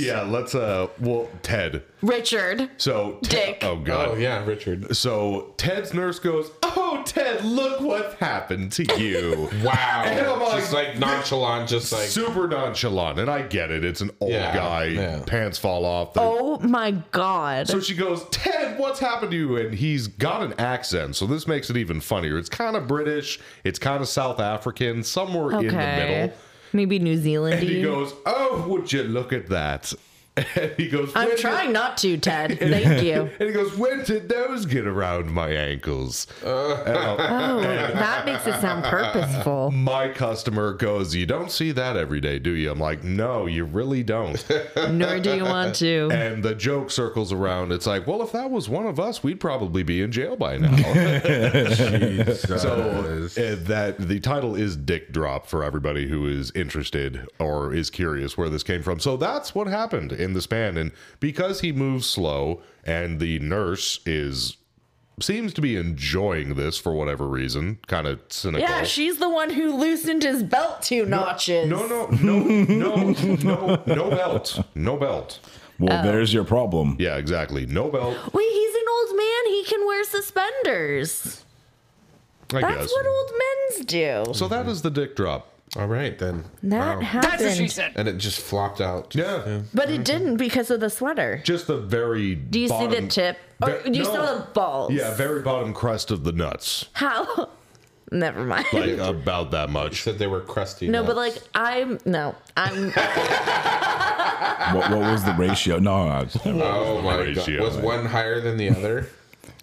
yeah, let's. uh Well, Ted. Richard. So Ted- Dick. Oh God. Oh yeah, Richard. So Ted's nurse goes, "Oh, Ted, look what happened to you." Wow. And I'm like- just like nonchalant, just like Super nonchalant, and I get it. It's an old Yeah, guy. yeah. Pants fall off. Oh my God. So she goes, "Ted, what's happened to you?" And he's got an accent, so this makes it even funnier. It's kind of British. It's kind of South African, somewhere in the middle. Maybe New And he Zealandy. goes, "Oh, would you look at that?" And he goes, I'm "When did- trying not to, Ted. Thank you. And he goes, "When did those get around my ankles?" And I'll- Oh, that makes it sound purposeful. my customer goes, You don't see that every day, do you? I'm like, No, you really don't. Nor do you want to. and the joke circles around. It's like, Well, if that was one of us, we'd probably be in jail by now. Jesus. so uh, that the title is Dick Drop for everybody who is interested or is curious where this came from. So that's what happened in the span. And because he moves slow and the nurse is. Seems to be enjoying this for whatever reason, kind of cynical. Yeah, she's the one who loosened his belt two notches. No, no, no, no, no, no belt. No belt. Well, there's your problem. Yeah, exactly. No belt. Wait, he's an old man. He can wear suspenders. I That's guess. what old men's do. so that is the dick drop. All right then. That happened. And it just flopped out. Yeah. But it didn't because of the sweater. Just the very. Do you see the tip? Or Ve- you no. saw the balls? Yeah, very bottom crest of the nuts. How? Never mind. Like about that much. Said they were crusty. no, but like nuts. I'm no, I'm What, what was the ratio? No, no, no. oh my god, Ratio. was one higher than the other?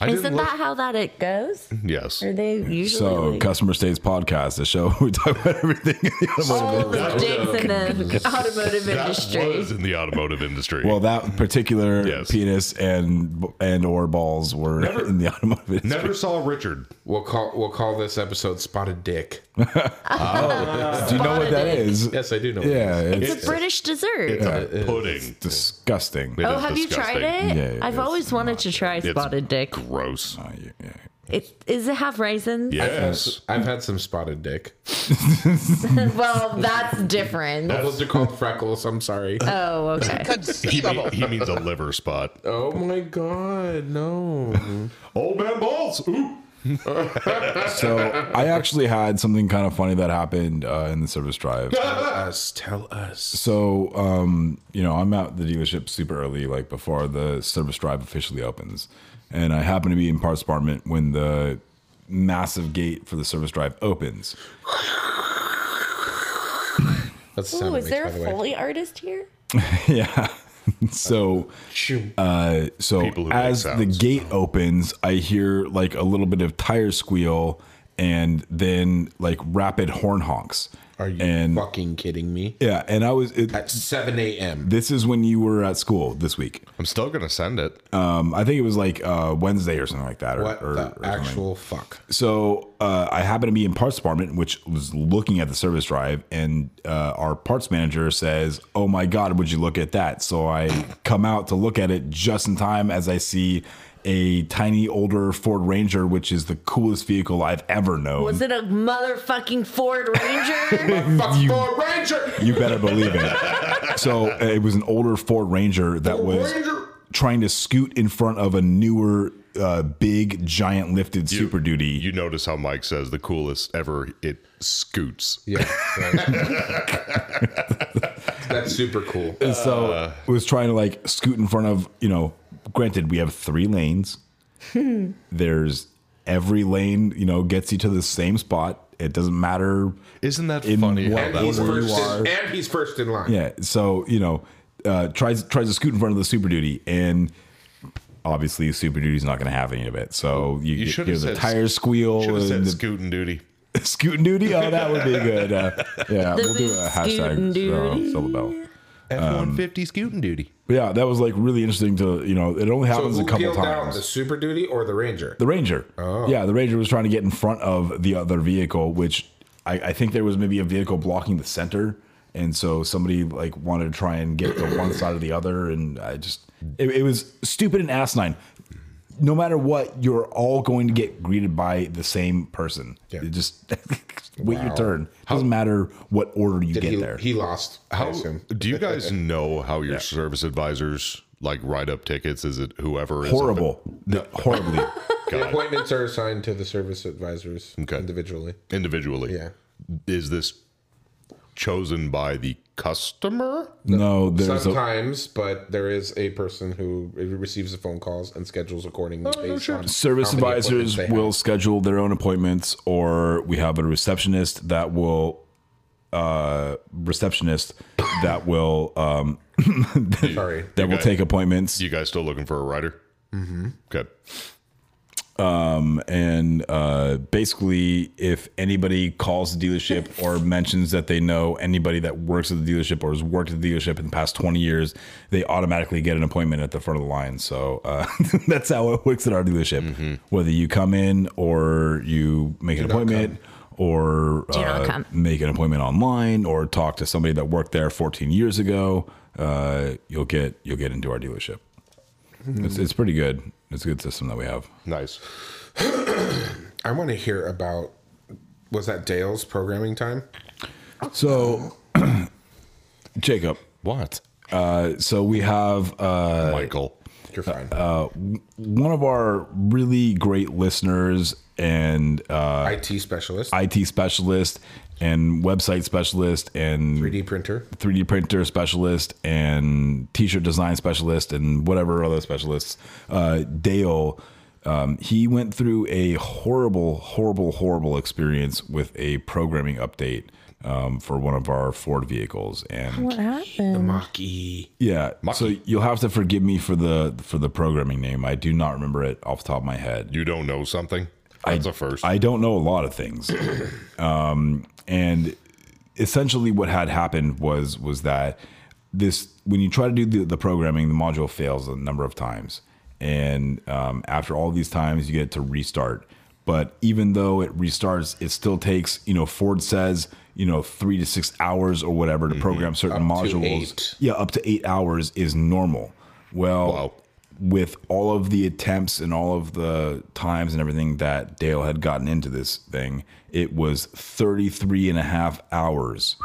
I Isn't that how that it goes? Yes. Are they usually So, like, Customer States Podcast, the show we talk about everything. in the automotive all the was dicks in the automotive That was industry? in the automotive industry. Well, that particular Yes. penis and and or balls were in the automotive. industry. Never saw Richard. We'll call we'll call this episode Spotted Dick. Do you know what that Spotted is? Yes, I do know. Yeah, What it it's, It's, a British dessert. Pudding. disgusting. It oh, is have you disgusting. tried it? Yeah, it I've is always wanted to try spotted dick. Gross. Uh, yeah, yeah. It, is it half raisins? Yes. is. I've had some Spotted Dick. well, that's different. Those are called freckles. I'm sorry. Oh, okay. He, mean- he means a liver spot. Oh my god, no. Old man balls. Ooh. So I actually had something kind of funny that happened uh, in the service drive. us, tell us. So, um, you know, I'm at the dealership super early, like before the service drive officially opens. And I happen to be in parts department when the massive gate for the service drive opens. That's the sound Ooh, it is makes, there a by the way. Foley artist here? yeah. So, uh, People so who make as the sounds. gate opens, I hear like a little bit of tire squeal and then like rapid horn honks. Are you And- fucking kidding me? Yeah, and I was. It, At 7 a.m. this is when you were at school this week. I'm still gonna send it. Um, I think it was like uh, Wednesday or something like that. Or, What or- the or something. actual fuck? So uh, I happened to be in parts department, which was looking at the service drive, and uh, our parts manager says, "Oh my God, would you look at that?" So I come out to look at it just in time as I see a tiny older Ford Ranger, which is the coolest vehicle I've ever known. Was it a motherfucking Ford Ranger? Fuck Ford Ranger! You better believe it. So uh, it was an older Ford Ranger that was Ranger! trying to scoot in front of a newer, uh, big, giant lifted Super Duty. You notice how Mike says the coolest ever. It scoots. Yeah. right. That's super cool. so uh, was trying to like scoot in front of you know granted we have three lanes there's every lane you know gets you to the same spot it doesn't matter Isn't that In funny? what How And that he's, where you first are. in, and he's first in line. yeah so you know uh tries tries to scoot in front of the super duty and obviously super duty's not going to have any of it so you, You get- should hear have the said tire squeal Should have said and the scooting duty. scooting duty oh that would be good uh, yeah we'll do a hashtag Scootin' so, sell the bell F one fifty scooting duty. but yeah that was like really interesting to you know it only So happens who a couple peeled out times the Super Duty or the Ranger? The Ranger. Oh. Yeah, the Ranger was trying to get in front of the other vehicle, which I, I think there was maybe a vehicle blocking the center, and so somebody like wanted to try and get to one side or the other, and I just it, it was stupid and asinine. No matter what, you're all going to get greeted by the same person. Yeah. It just wait your turn. Doesn't matter what order you Did get he, there. he lost. I How assume. do you guys know how your service advisors like write up tickets? Is it whoever is Horrible. No, horribly. The appointments are assigned to the service advisors individually. individually? Yeah. Is this chosen by the customer? no, there's a Sometimes, but there is a person who receives the phone calls and schedules accordingly. Oh, based on service how many appointments advisors they have. will schedule their own appointments or we have a receptionist that will uh receptionist that will um Sorry. that will take appointments You guys still looking for a writer? Mm-hmm. Good. and uh basically if anybody calls the dealership or mentions that they know anybody that works at the dealership or has worked at the dealership in the past 20 years they automatically get an appointment at the front of the line so uh that's how it works at our dealership Mm-hmm. whether you come in or you make an appointment or not uh, come. make an appointment online or talk to somebody that worked there 14 years ago uh you'll get you'll get into our dealership Mm-hmm. it's, it's pretty good it's a good system that we have Nice. I want to hear about was that Dale's programming time? So, Jacob, What? uh, so we have uh, Michael. You're fine. one of our really great listeners and uh, IT specialist, IT specialist and website specialist and 3D printer. 3D printer specialist and t-shirt design specialist and whatever other specialists. Uh, Dale, um, he went through a horrible, horrible, horrible experience with a programming update um, for one of our Ford vehicles, and what Mm. happened? Mach E. yeah, so you'll have to forgive me for the for the programming name. I do not remember it off the top of my head. You don't know something? That's a first. I don't know a lot of things. um, and essentially what had happened was was that this when you try to do the, the programming, the module fails a number of times. And um, after all these times, you get to restart. But even though it restarts, it still takes, you know, Ford says, you know, three to six hours or whatever to program certain Mm-hmm. Up to modules. eight. Yeah, up to eight hours is normal. Well, Wow. with all of the attempts and all of the times and everything that Dale had gotten into this thing, it was 33 and a half hours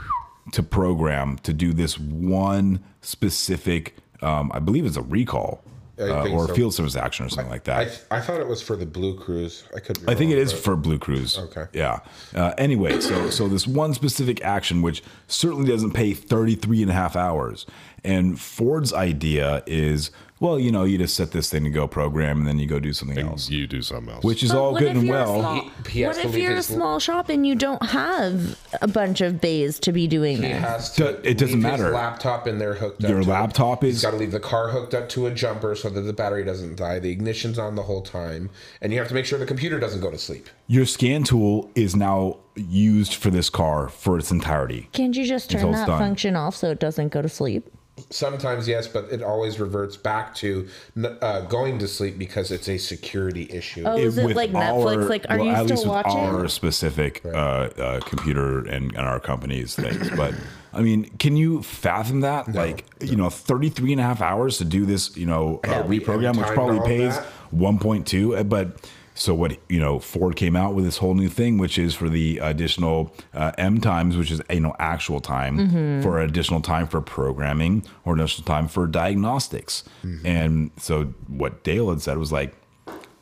to program to do this one specific, um, I believe it's a recall I uh, think or so. a field service action or something like that. I, I thought it was for the Blue Cruise. I could. be I think it wrong, is for Blue Cruise. Okay. Yeah. Uh, anyway, so so this one specific action, which certainly doesn't pay 33 and a half hours. And Ford's idea is, well, you know, you just set this thing to go program and then you go do something else, you do something else. which is all what good if and you're a well. small- He- he has what to if leave you're a his- small shop and you don't have a bunch of bays to be doing but He that? has to. It doesn't leave matter. His laptop in there hooked up. Your to it. laptop He's is- got to leave the car hooked up to a jumper so that the battery doesn't die. The ignition's on the whole time, and you have to make sure the computer doesn't go to sleep. Your scan tool is now used for this car for its entirety. Can't you just turn all that done. function off so it doesn't go to sleep? Sometimes yes, but it always reverts back to n- uh, going to sleep because it's a security issue. Oh, is it like Netflix? like, are well, at you least still with watching? Our specific uh, uh, computer and, and our company's things. But I mean, can you fathom that? Like, you know, 33 and a half hours to do this, you know, uh, we- and reprogram, which timed probably all pays that? 1.2. uh, But so what, you know, Ford came out with this whole new thing, which is for the additional uh, M times, which is, you know, actual time Mm-hmm. for additional time for programming or additional time for diagnostics. Mm-hmm. And so what Dale had said was like,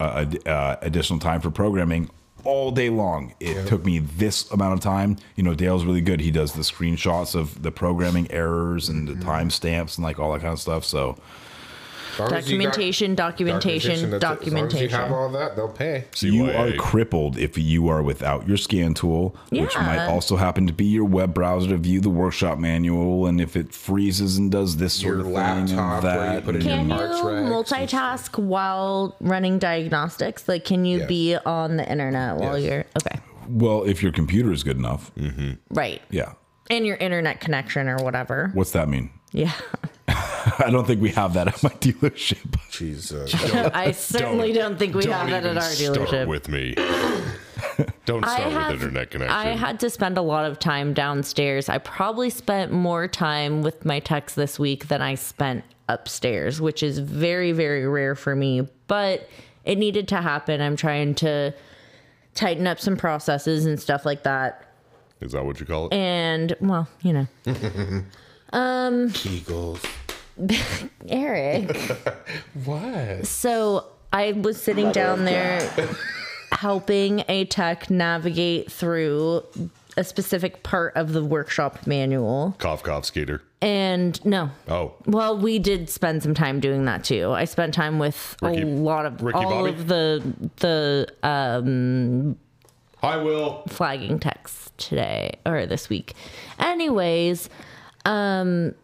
uh, ad- uh, additional time for programming all day long. It took me this amount of time. You know, Dale's really good. He does the screenshots of the programming errors and Mm-hmm. the timestamps and like all that kind of stuff. As long as you So got- Documentation, documentation, documentation. that's it. As long as you have all that, they'll pay. you CYA. are crippled if you are without your scan tool, which Yeah. might also happen to be your web browser to view the workshop manual. And if it freezes and does this sort Your of thing laptop and where you that, put it in and- Can you Mark's racks and multitask while running diagnostics? Like, can you Yes. be on the internet while you're okay? well, if your computer is good enough, Mm. Right. yeah. And your internet connection or whatever. What's that mean? Yeah. I don't think we have that at my dealership. Jesus. uh, I certainly don't, think we have that at even our dealership. Start with me. Don't I start have- with internet connection. I had to spend a lot of time downstairs. I probably spent more time with my text this week than I spent upstairs, which is very, very rare for me, but it needed to happen. I'm trying to tighten up some processes and stuff like that. Is that what you call it? And, well, you know, Kegels. Eric. What? So I was sitting down there helping a tech navigate through a specific part of the workshop manual. cough, cough, skater. And no, Oh, Well, we did spend some time doing that too. I spent time with Ricky- a lot of Ricky all Bobby? of the the uh, hi, Will. flagging texts today or this week. Anyways, um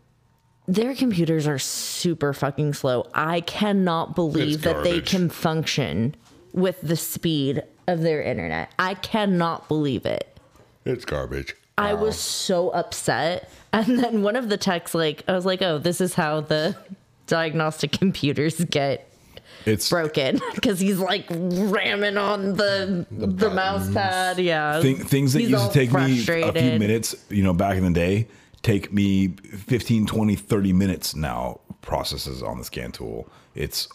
their computers are super fucking slow. I cannot believe It's that they garbage. can function with the speed of their internet. I cannot believe it. It's garbage. I was so upset. And then one of the texts, like, I was like, oh, this is how the diagnostic computers get It's broken because he's like ramming on the the, mouse pad. Yeah, Thing, things that He's used all to take me a few frustrated. minutes, you know, back in the day, take me 15, 20, 30 minutes now processes on the scan tool. It's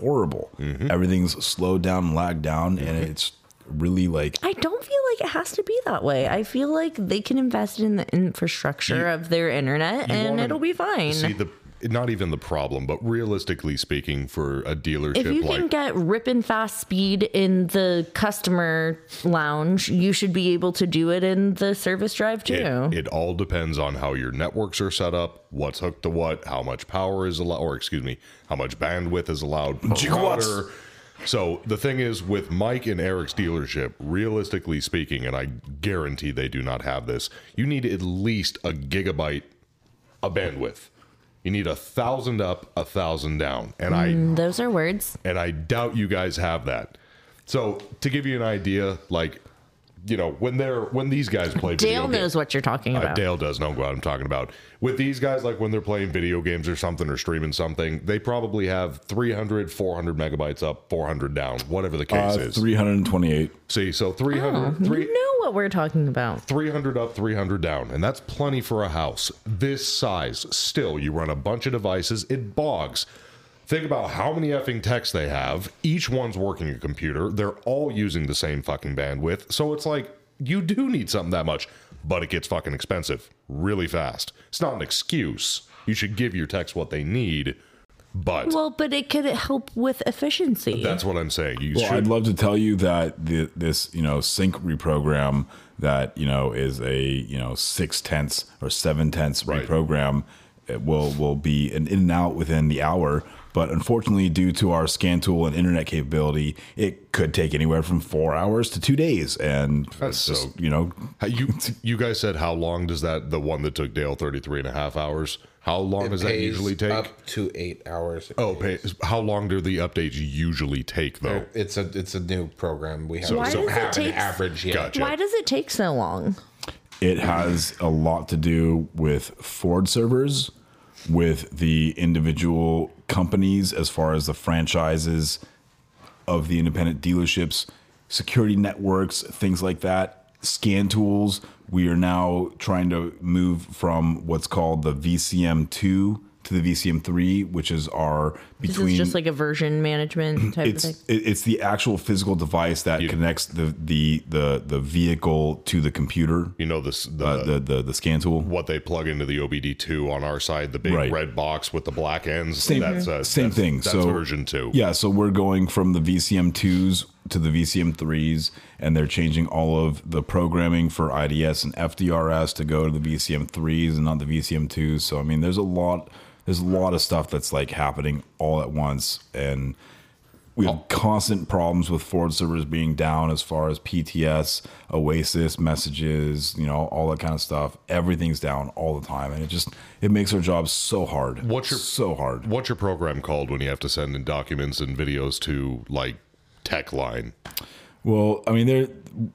horrible. Everything's slowed down, lagged down, and it's really like I don't feel like it has to be that way. I feel like they can invest in the infrastructure of their internet and wanna it'll be fine. See the not even the problem, but realistically speaking, for a dealership if you like can get ripping fast speed in the customer lounge, you should be able to do it in the service drive too. It, it all depends on how your networks are set up, what's hooked to what, how much power is allowed, or excuse me, how much bandwidth is allowed per router. So the thing is, with Mike and Eric's dealership, realistically speaking, and I guarantee they do not have this, you need at least a gigabyte of bandwidth. You need a thousand up, a thousand down, and I Those are words. and I doubt you guys have that. So to give you an idea, like you know when they're when these guys play video Dale games- knows what you're talking uh, about. Dale does know what I'm talking about. With these guys, like when they're playing video games or something or streaming something, they probably have 300, 400 megabytes up, 400 down, whatever the case uh, is. 328. See, so Oh, 300, you three, know what we're talking about. 300 up, 300 down, and that's plenty for a house this size. Still, you run a bunch of devices, it bogs. Think about how many effing texts they have. Each one's working a computer. They're all using the same fucking bandwidth. So it's like, you do need something that much, but it gets fucking expensive really fast. It's not an excuse. You should give your techs what they need, but Well, but it could help with efficiency. that's what I'm saying. You Well, should. I'd love to tell you that the, this, you know, sync reprogram that, you know, is a, you know, six tenths or seven tenths Right. reprogram it will, will be an in and out within the hour. But unfortunately, due to our scan tool and internet capability, it could take anywhere from four hours to two days. And That's it's just, so- you know, How- You you guys said how long does that the one that took Dale 33 and a half hours? How long does that Pays usually take? Up to eight hours. oh, pay, how long do the updates usually take though? It's a it's a new program. We have, Why does don't it have an take- average yet. Gotcha. Why does it take so long? it has a lot to do with Ford servers, with the individual companies, as far as the franchises of the independent dealerships, security networks, things like that, scan tools. We are now trying to move from what's called the VCM2 to the VCM3, which is our This between is just like a version management type of it's thing. it- it's the actual physical device that connects the, the the the vehicle to the computer, you know this the, uh, the the the scan tool. what they plug into the OBD2 on our side, the big Right. red box with the black ends. Same- that's uh, same that's- thing. That's So- version two. Yeah, so we're going from the VCM twos to the VCM threes, and they're changing all of the programming for IDS and FDRS to go to the VCM threes and not the VCM twos. So I mean, there's a lot, there's a lot of stuff that's like happening all at once, and we Oh. have constant problems with Ford servers being down as far as PTS, Oasis messages, you know, all that kind of stuff. Everything's down all the time, and it just it makes our job so hard. What's your- so hard? What's your program called when you have to send in documents and videos to like tech line? Well, I mean there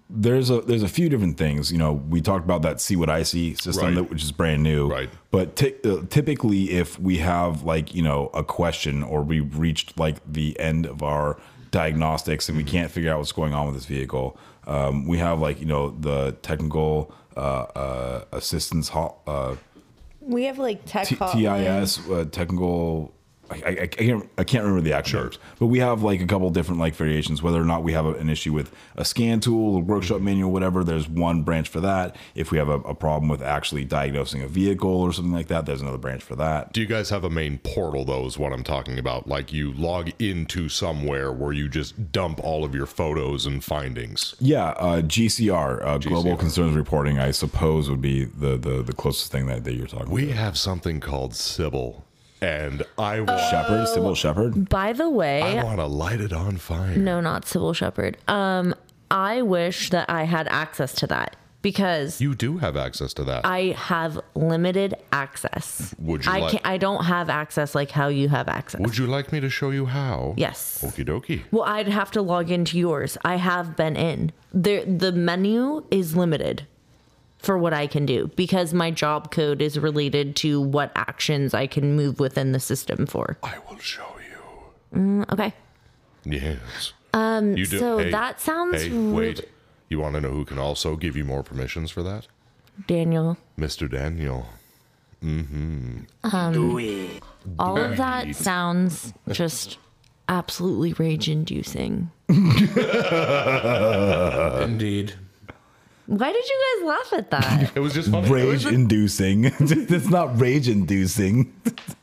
there's a there's a few different things. You know, we talked about that see what I see system Right. that, which is brand new. Right. But ty- uh, typically if we have like, you know, a question or we reached like the end of our diagnostics and we can't figure out what's going on with this vehicle, um, we have like, you know, the technical uh, uh, assistance hot uh, We have like tech T- TIS uh, technical. I, I, I can't I can't remember the actual terms, but we have like a couple different like variations. Whether or not we have a, an issue with a scan tool, a workshop manual, whatever, there's one branch for that. If we have a, a problem with actually diagnosing a vehicle or something like that, there's another branch for that. Do you guys have a main portal though is what I'm talking about? Like you log into somewhere where you just dump all of your photos and findings. Yeah, uh, GCR, uh, Global Concerns Reporting, I suppose would be the the, the closest thing that, that you're talking. We about. have something called Sybil and I will Shepherd, Sybil Shepherd. By the way, I want to light it on fire. no, not Sybil Shepherd. Um, I wish that I had access to that because You do have access to that. I have limited access. Would you I like- can't, I don't have access like how you have access. Would you Oh. like me to show you how? yes. Okie dokie. Well, I'd have to log into yours. I have been in. There the menu is limited for what I can do because my job code is related to what actions I can move within the system for. I will show you. Okay. Yes. Um. You do. so that sounds Hey, rude. wait. You want to know who can also give you more permissions for that? Daniel, Mr. Daniel. all of that sounds just absolutely rage inducing. Indeed. Why did you guys laugh at that? It was just funny. Rage inducing. it's not rage inducing.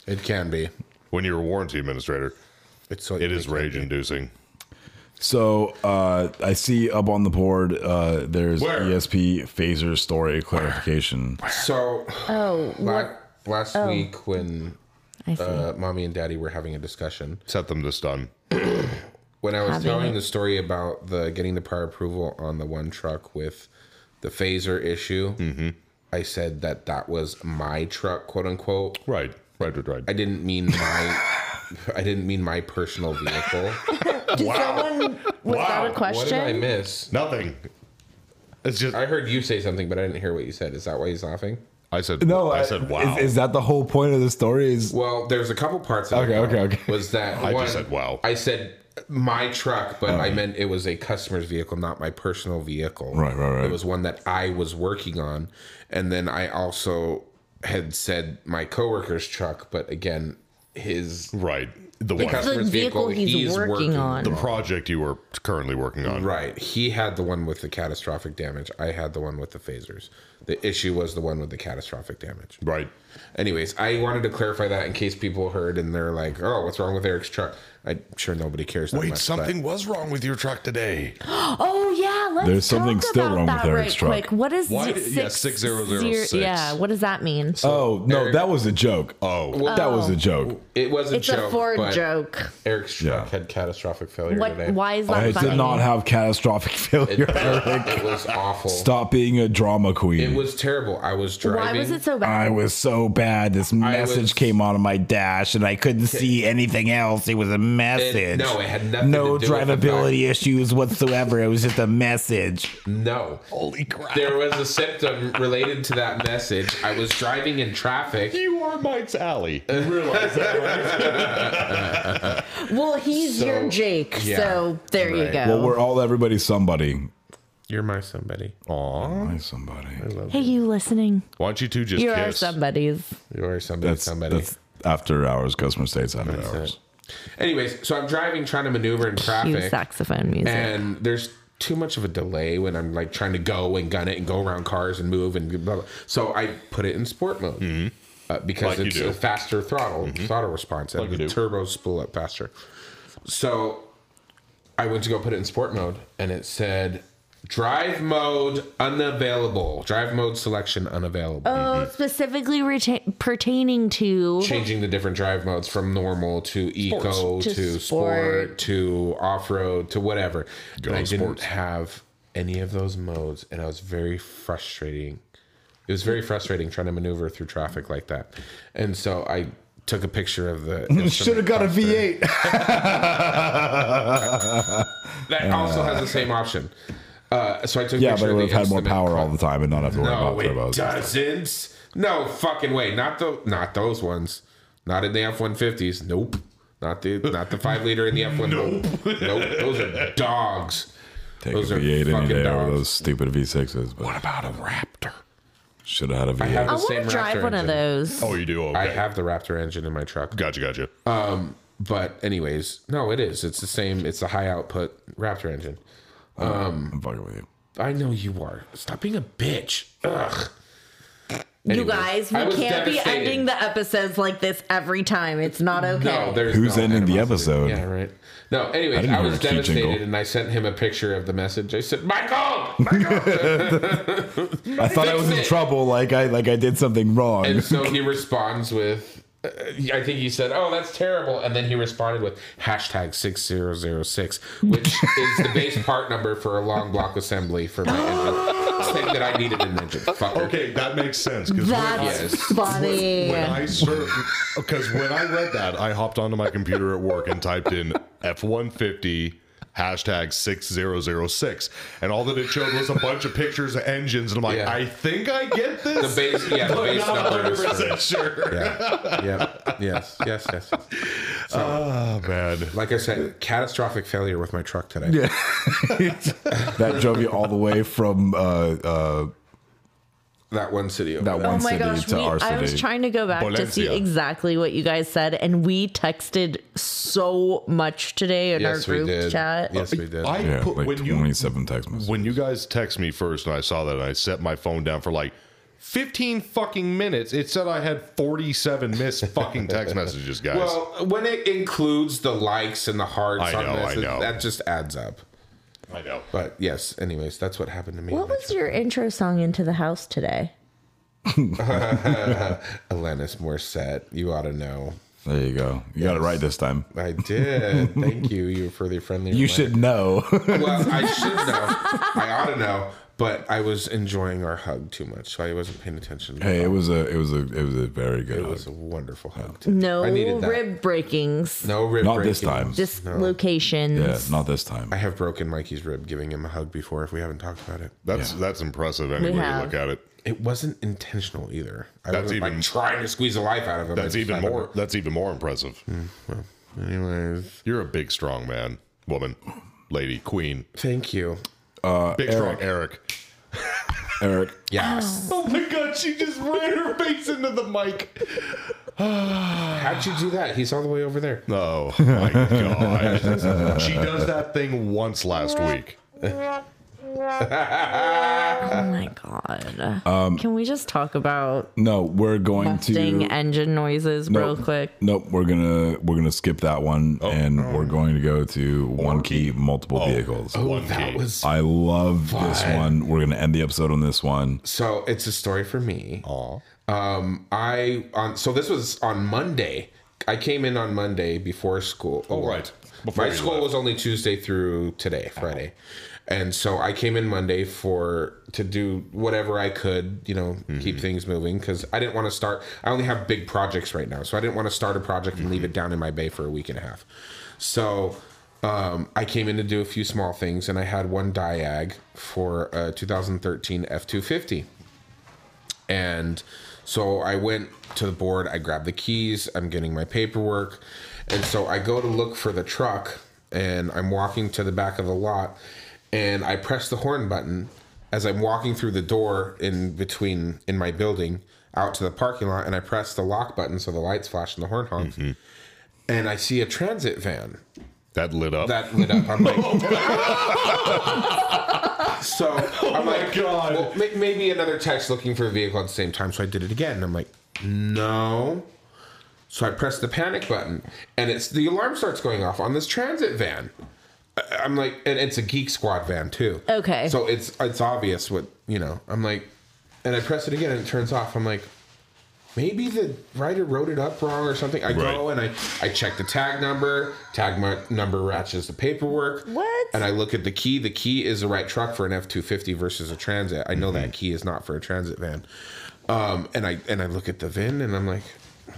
It can be. When you're a warranty administrator, It's so it is rage inducing. So uh, I see up on the board uh, there's Where? ESP phaser story clarification. So oh, la- what? last Oh. week when I see. uh, mommy and daddy were having a discussion, Set them to stun. when I was Having telling it. the story about the getting the prior approval on the one truck with the phaser issue, Mm-hmm. I said that that was my truck, quote unquote. Right. Right. Right. Right. I didn't mean my. I didn't mean my personal vehicle. Did Wow. someone was that a What what did I question? miss? Nothing. It's just. I I, heard you say something, but I didn't hear what you said. Is that why he's laughing? said. No, I, said wow. Is, is that the whole point of the story? Is Well, there's a couple parts. Of Okay, it, though. okay, okay. Was that I one, just said wow. I said my truck, but I meant it was a customer's vehicle, not my personal vehicle. Right, right, right. It was one that I was working on, and then I also had said my coworker's truck, but again, his right. The one. The customer- Customer's vehicle vehicle he's, he's working, working on. the project you were currently working on. right. He had the one with the catastrophic damage. I had the one with the phasers. The issue was the one with the catastrophic damage. Right. Anyways, I wanted to clarify that in case people heard and they're like, "Oh, what's wrong with Eric's truck?" I'm sure nobody cares. That Wait, much, but- something was wrong with your truck today. Oh yeah, let's There's talk something still about wrong with that right Eric's truck. quick. What is Why it- did- yeah, 6006. zero- Yeah, what does that mean? Oh no, that was a joke. Oh, that was a joke. It was a it's joke. a Ford but joke. Eric's truck had catastrophic failure today. What? Why is that I funny? did not have catastrophic failure. it was awful. Stop being a drama It queen. was terrible. I was driving. Why was it so bad? I was so bad. This message was- came out of my dash, and I couldn't see anything else. It was a message. no, it had nothing No to do with the drivability issues whatsoever. It was just a message. No. Holy crap. There was a symptom related to that message. I was driving in traffic. You are Mike's alley. well, he's So, your Jake, yeah, so there you right. go. Well, we're all everybody's somebody. You're my somebody. Aw. My somebody. hey, you listening? Why don't you two just You are kiss? somebody's. You are somebody. That's somebody. that's after hours. Customer stays after hours. Anyways, so I'm driving, trying to maneuver in Cue traffic, saxophone music. and there's too much of a delay when I'm like trying to go and gun it and go around cars and move and blah, blah. so I put it in sport mode uh, because Mm-hmm. Like you it's do. Mm-hmm. a faster throttle throttle response and Like you do. the turbos spool up faster. So I went to go put it in sport mode, and it said. Drive mode unavailable. Drive mode selection unavailable. oh, specifically reta- pertaining to. changing the different drive modes from normal to eco to, To sport. sport. to off road to whatever. And I on didn't sports. have any of those modes, and I was very frustrating. It was very frustrating trying to maneuver through traffic like that, and so I took a picture of the. Should have instrument got a cluster. V8. That also has the same option. Uh, so I took. a yeah, picture but it of would the have had more instrument power all cluster. the time and not have to worry No, about it turbos. doesn't. No fucking way. Not the not those ones. Not in the F one fifties. Nope. Not the not the five liter in the F one. Nope. Nope. Those are dogs. Take Those a are V8 any fucking day over dogs. those stupid V6s. But what about a Raptor? Should have had a V8. I have the want to same drive Raptor one of engine. those. Oh, you do? Okay. I have the Raptor engine in my truck. Gotcha, gotcha. But anyways, no, it is. It's the same. It's a high output Raptor engine. I'm fucking with you. I know you are. Stop being a bitch. Ugh. you guys, we I was can't be devastated. ending the episodes like this every time. It's not okay. No, there's Who's no ending the animosity. episode? Yeah, right. No, anyways, didn't I, hear was a key jingle. devastated and I sent him a picture of the message. I said, Michael! I thought I Fix was in it. trouble. Like I like I did something wrong. And so he responds with, uh, I think he said, "Oh, that's terrible," and then he responded with hashtag six zero zero six, which is the base part number for a long block assembly for my engine, saying that I needed an engine. Fucker. Okay, that makes sense. 'cause That's Yes. funny. When I because when I read that, I hopped onto my computer at work and typed in F one fifty hashtag six zero zero six, and all that it showed was a bunch of pictures of engines, and I'm like, Yeah. I think I get The this. base, yeah, the but base not number. 100% Is sure. yeah, yeah, yes, yes, yes. Oh man, Like I said, catastrophic failure with my truck today. that drove you all the way from uh, uh, That one city over that there. one Oh my city gosh, to we, our city. I was trying to go back to see Valencia. exactly what you guys said, and we texted so much today in our Yes, we group did. chat. Yes, we did. I yeah, put like when you 27 text messages. when you guys text me first and I saw that and I set my phone down for like 15 fucking minutes, it said I had 47 missed fucking text messages, guys. Well, when it includes the likes and the hearts I on know, this, I know. that just adds up. I know. But yes, anyways, that's what happened to me. What was your intro song into the house today? Alanis Morissette? You ought to know. there you go. You got it right this time. I did. Thank you. You were for the friendly. You reminder. should know. Well, I should know. I ought to know. But I was enjoying our hug too much, so I wasn't paying attention. hey, it was a it was a it was a very uh, good. It hug. was a wonderful hug. today. No I needed that. rib breakings, No rib. not this time. breaking. dislocations. yeah, not this time. I have broken Mikey's rib giving him a hug before. If we haven't talked about it, That's that's impressive any We way you have. look at it. it wasn't intentional either. I That's wasn't even- like trying to squeeze the life out of him. I That's just even had him- more that's even more impressive. Anyways, You're a big strong man, woman, lady, queen. thank you. Big strong Uh, Eric. Eric, Yes. Oh my god, she just ran her face into the mic. How'd you do that? He's all the way over there. Oh my god. she does that thing once last week. Oh my god. Um, Can we just talk about No, we're going ding to engine noises real quick? Nope, we're gonna we're gonna skip that one, and we're going to go to one key multiple vehicles. One That key. was I love this one. We're gonna end the episode on this one. so. It's a story for me. Aw. Um, I on so this was on Monday. I came in on Monday before school. Oh, right. Before my you school left. Oh. was only Tuesday through today, Friday, and so I came in Monday for to do whatever I could, you know, Mm-hmm. keep things moving because I didn't want to start. I only have big projects right now, so I didn't want to start a project and Mm-hmm. leave it down in my bay for a week and a half. So um, I came in to do a few small things, and I had one diag for a 2013 F 250. And so I went to the board, I grabbed the keys, I'm getting my paperwork. And so I go to look for the truck and I'm walking to the back of the lot and I press the horn button as I'm walking through the door in between in my building out to the parking lot and I press the lock button so the lights flash and the horn honks. And I see a transit van That lit up. Oh that lit up. I'm like, so I'm like, Oh God. Well, may- maybe another text looking for a vehicle at the same time. So I did it again. And I'm like, no. So I press the panic button, and it's the alarm starts going off on this transit van. I- I'm like, and it's a Geek Squad van too. Okay. So it's it's obvious what you know. I'm like, and I press it again, and it turns off. I'm like, maybe the writer wrote it up wrong or something. I go Right. and I I check the tag number. Tag mu- number matches the paperwork. What? And I look at the key. The key is the right truck for an F two fifty versus a transit. I know that key is not for a transit van. Um, and I and I look at the VIN and I'm like,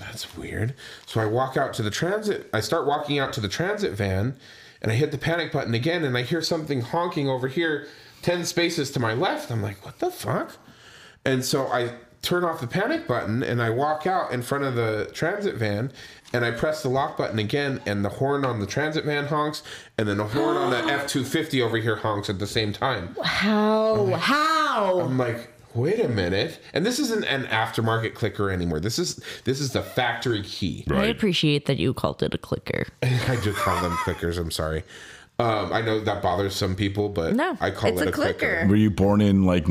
that's weird. So I walk out to the transit. I start walking out to the transit van, and I hit the panic button again, and I hear something honking over here, ten spaces to my left. I'm like, what the fuck? And so I turn off the panic button and I walk out in front of the transit van and I press the lock button again and the horn on the transit van honks and then the horn on the F two fifty over here honks at the same time. How? How? I'm like, wait a minute. And this isn't an aftermarket clicker anymore. This is this is the factory key. I right. appreciate that you called it a clicker. I do call them clickers, I'm sorry. Um, I know that bothers some people, but No, I call it's it a a clicker. Were you born in like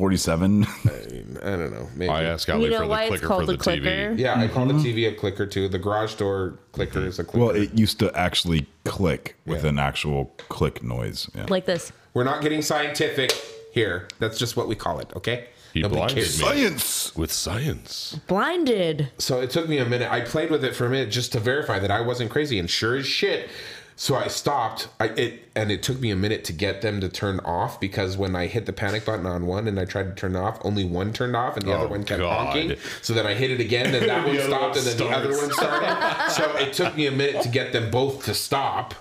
1947? I don't know. Maybe I uh, asked Ali You know for why the it's clicker for called the a clicker? TV. yeah, I call Mm-hmm. the TV a clicker too. The garage door clicker is a clicker. well, it used to actually click with an actual click noise. Yeah. Like this. We're not getting scientific here. That's just what we call it, okay? He Nobody blinded cares. me Science. with science. Blinded. So it took me a minute. I played with it for a minute just to verify that I wasn't crazy, and sure as shit. So I stopped. I it and it took me a minute to get them to turn off because when I hit the panic button on one and I tried to turn it off, only one turned off and the other Oh, one kept God. honking. So then I hit it again, and that one other stopped, one and then the other one starts. started. so it took me a minute to get them both to stop.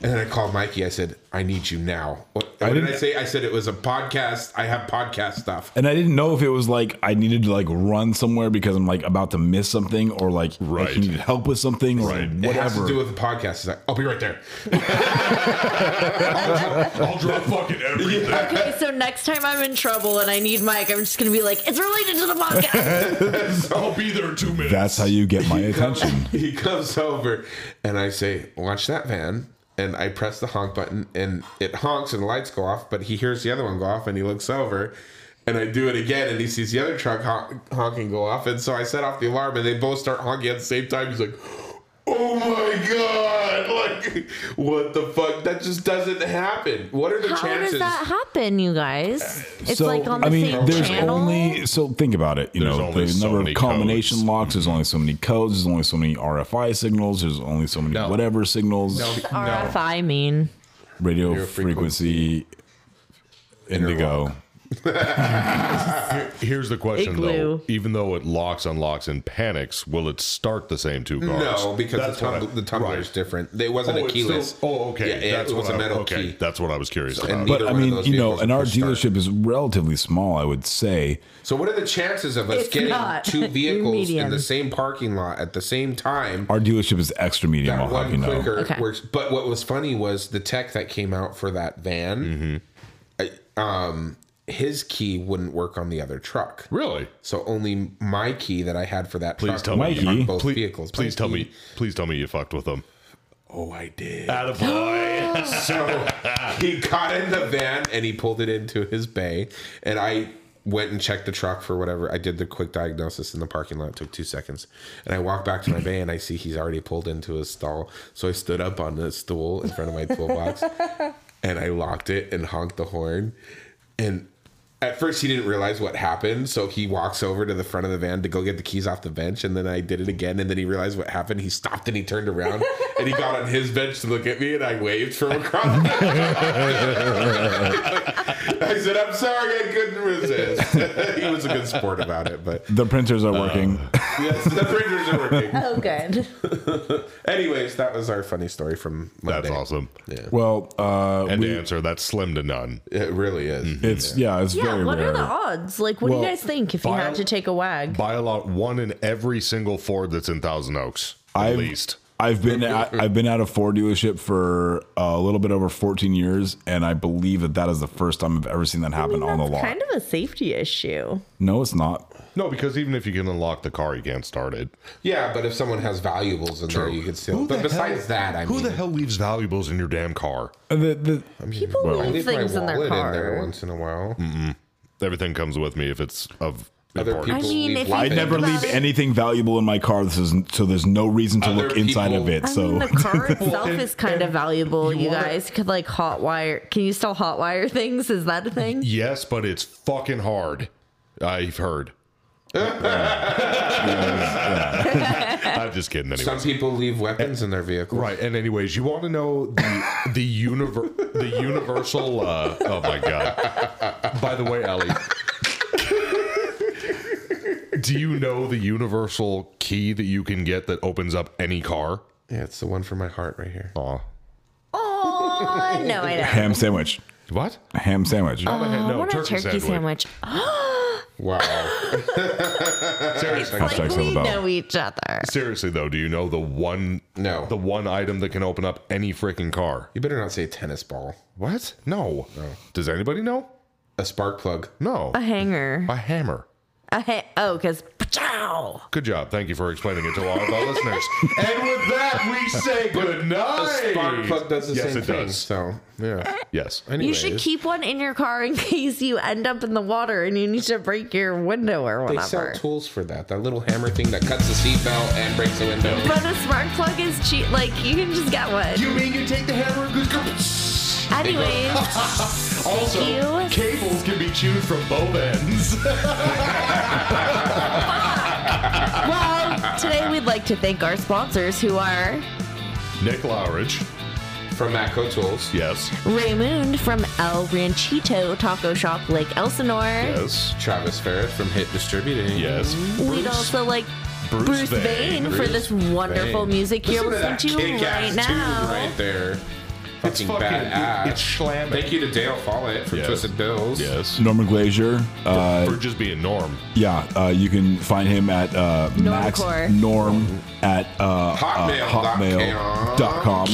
And then I called Mikey. I said, "I need you now." What, what did I didn't- say? I said it was a podcast. I have podcast stuff. And I didn't know if it was like I needed to like run somewhere because I'm like about to miss something or like Right. if you need help with something or Right. It whatever. It has to do with the podcast. It's like, I'll be right there. I'll drop fucking everything. Okay, so next time I'm in trouble and I need Mike, I'm just gonna be like, it's related to the podcast. I'll be there in two minutes. That's how you get my attention. he comes over and I say, Watch that van. And I press the honk button and it honks and the lights go off, but he hears the other one go off and he looks over and I do it again and he sees the other truck honk- honking go off. And so I set off the alarm and they both start honking at the same time. He's like, Oh my God. Like, what the fuck? That just doesn't happen. What are the How chances? does that happen, you guys? It's like on the I mean, same there's channel. only so think about it. You There's know, only the so number many of combination codes. locks. There's only so many codes. There's only so many RFI signals. There's only so many No. whatever signals. RFI mean. Radio frequency. frequency, indigo. Here's the question Igloo. though: Even though it locks, unlocks, and panics, will it start the same two cars? No, because Oh, That's the, what I- tumbl- the tumbler is right. different. It wasn't Oh, a it's still- keyless. oh, okay. Yeah, yeah, that's it was what a I- metal okay, key. That's what I was curious about. and But Either I one of mean, those you know, vehicles and our push start. dealership is relatively small. I would say So what are the chances of us It's getting not. two vehicles in Medium. the same parking lot at the same time? our dealership is extra medium. I'll That have you one know. clicker Okay. works. But what was funny was the tech that came out for that van. Mm-hmm. I, um, his key wouldn't work on the other truck. Really? So only my key that I had for that Please truck tell My me. key. You, both please, vehicles. Please My tell key. me. Please tell me you fucked with them. Oh, I did. boy. So he got in the van and he pulled it into his bay. And I went and checked the truck for whatever. I did the quick diagnosis in the parking lot. It took two seconds. And I walked back to my bay and I see he's already pulled into his stall. So I stood up on the stool in front of my toolbox and I locked it and honked the horn. And at first he didn't realize what happened, so he walks over to the front of the van to go get the keys off the bench, and then I did it again, and then he realized what happened. He stopped and he turned around and he got on his bench to look at me, and I waved from across. The I said, "I'm sorry, I couldn't resist." he was a good sport about it, but The printers Uh, are working. yes, the printers are working. Oh, good. Anyways, that was our funny story from Monday. That's awesome. well, uh, And we- to answer, that's slim to none. It really is. Mm-hmm. it's yeah, it's Yeah, very what rare. are the odds? Like, what do Well, you guys think if you bio- had to take a wag? Buy a lot one in every single Ford that's in Thousand Oaks, at I've- least. I've been at, I've been at a Ford dealership for uh, a little bit over 14 years, and I believe that that is the first time I've ever seen that happen on the That's lot. kind of a safety issue. no, it's not. No, because even if you can unlock the car, you can't start it. Yeah, but if someone has valuables in there, you could still. But besides that, I who mean, the hell leaves valuables in your damn car? The- the- People Well, I leave leave my things in wallet their in there car. once in a while. Everything comes with me if it's of Other importance. people I mean, leave if you I life think never about leave it- anything valuable in my car. This is so there's no reason to Other look inside of people- it. I so mean, the car itself and- is kind of and valuable. you You, wanna- guys could like hot wire. Can you still hot wire things? Is that a thing? Yes, but it's fucking hard. I've heard. I'm just kidding. Anyway. Some people leave weapons in their vehicles. Eh, Right, and anyways, you want to know the the univer- the universal? Uh, oh my god! By the way, Ali, do you know the universal key that you can get that opens up any car? Yeah, it's the one for my heart right here. Aw. Oh no, I don't. ham sandwich, What? a ham sandwich. I want a Uh, turkey sandwich. Wow. Seriously, Hashtag Oh, Like sell we about. know each other. seriously though, do you know the one? No. the one item that can open up any freaking car. You better not say tennis ball. What? No. no. Does anybody know? A spark plug. No. A hanger. A hammer. A ha- oh, because pachow. Good job. Thank you for explaining it to all of our listeners. And with that, we say good night. A spark plug does the yes, same it thing. does. So yeah. Yes. You should keep one in your car in case you end up in the water and you need to break your window or They sell whatever. tools for that. That little hammer thing that cuts the seatbelt and breaks the window. But a smart plug is cheap. Like you can just get one. You mean you take the hammer and goes? Anyways, Also, you. cables can be chewed from both ends. well, today we'd like to thank our sponsors who are Nick Lowridge. From Macco Tools. Yes. Raymond from El Ranchito Taco Shop, Lake Elsinore. Yes. Travis Ferris from Hit Distributing. Yes. We'd also like Bruce Bruce, Vane. Vane, for Bruce this wonderful Vane. music you're Listen to that listening to kick-ass right tune now. right there. It's Fucking fucking- badass. it- it's slamming. Thank you to Dale Follett from Yes. Twisted Bills. Yes. Norman Glazier. Uh, for just being Norm. yeah, uh, you can find him at uh, Max Normcore. Norm at uh, Hotmail uh, hotmail.com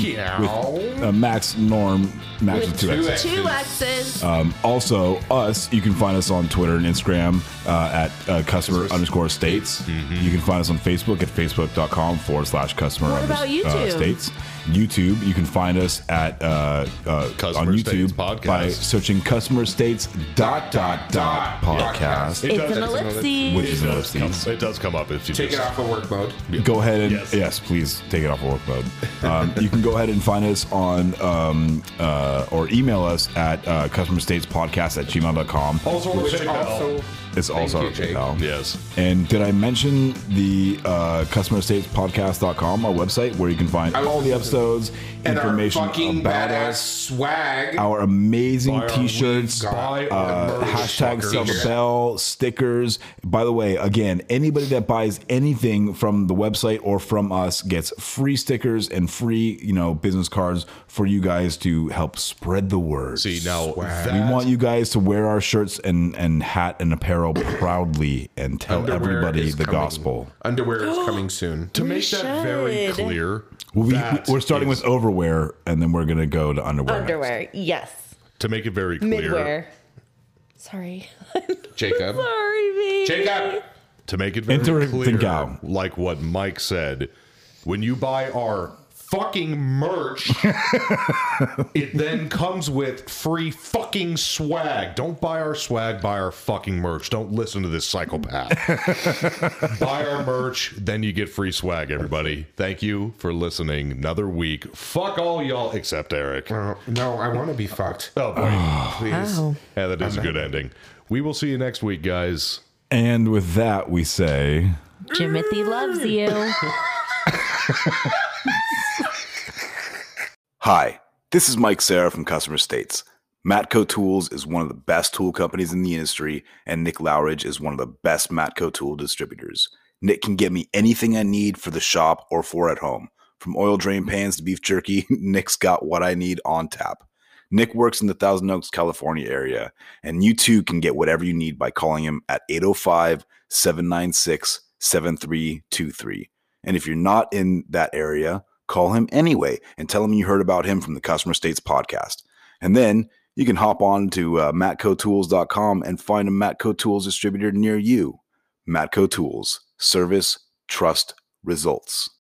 with uh, Max Norm Max with two two X's. X's. Two X's. Uh, Um, also, us, you can find us on Twitter and Instagram uh, at uh, customer underscore states. Mm-hmm. You can find us on Facebook at facebook.com forward slash customer What under- about Uh, YouTube? states. YouTube, you can find us at uh, uh, Customer on States YouTube Podcast. by searching customer states dot dot dot podcast, It It's an does, ellipsis. which is an does come, ellipses. it does come up if you Take it just- off of work mode. Go ahead and Yes. yes. please take it off of work mode. Um, you can go ahead and find us on um, uh, or email us at uh, customer states podcast at gmail.com. Also, on Which PayPal. also, It's also you, our Jake. PayPal. Yes. And did I mention the uh, customerstatespodcast.com, our website, where you can find I was all the listening. episodes, and our information fucking about badass us, swag. our amazing Buy our t-shirts, merch, buy uh, our merch, hashtag fuckers. sell the bell, stickers. By the way, again, anybody that buys anything from the website or from us gets free stickers and free, you know, business cards for you guys to help spread the word. See now, we that want you guys to wear our shirts and, and hat and apparel proudly and tell Underwear everybody is the coming. gospel. Underwear is coming soon. to make that very should. clear. We'll be, that we're starting is- with overwear and then we're going to go to underwear. next. Underwear. Yes. to make it very clear. Midwear. Sorry. Jacob. Sorry, baby. Jacob. to make it very Enter clear, Thinkao. like what Mike said, when you buy our fucking merch. it then comes with free fucking swag. Don't buy our swag, buy our fucking merch. Don't listen to this psychopath. buy our merch, then you get free swag, everybody. Thank you for listening. Another week. Fuck all y'all except Eric. Oh, Uh, no, I want to be fucked. Oh, boy. Please. Oh. yeah, that is a good ending. We will see you next week, guys. And with that, we say. Jimothy loves you. Hi, this is Mike Sarah from Customer States. Matco Tools is one of the best tool companies in the industry, and Nick Lowridge is one of the best Matco tool distributors. Nick can get me anything I need for the shop or for at home. From oil drain pans to beef jerky, Nick's got what I need on tap. Nick works in the Thousand Oaks, California area, and you too can get whatever you need by calling him at 805 796 7323. And if you're not in that area, call him anyway and tell him you heard about him from the Customer States podcast. And then you can hop on to uh, matcotools.com and find a Matco Tools distributor near you. Matco Tools, service, trust, results.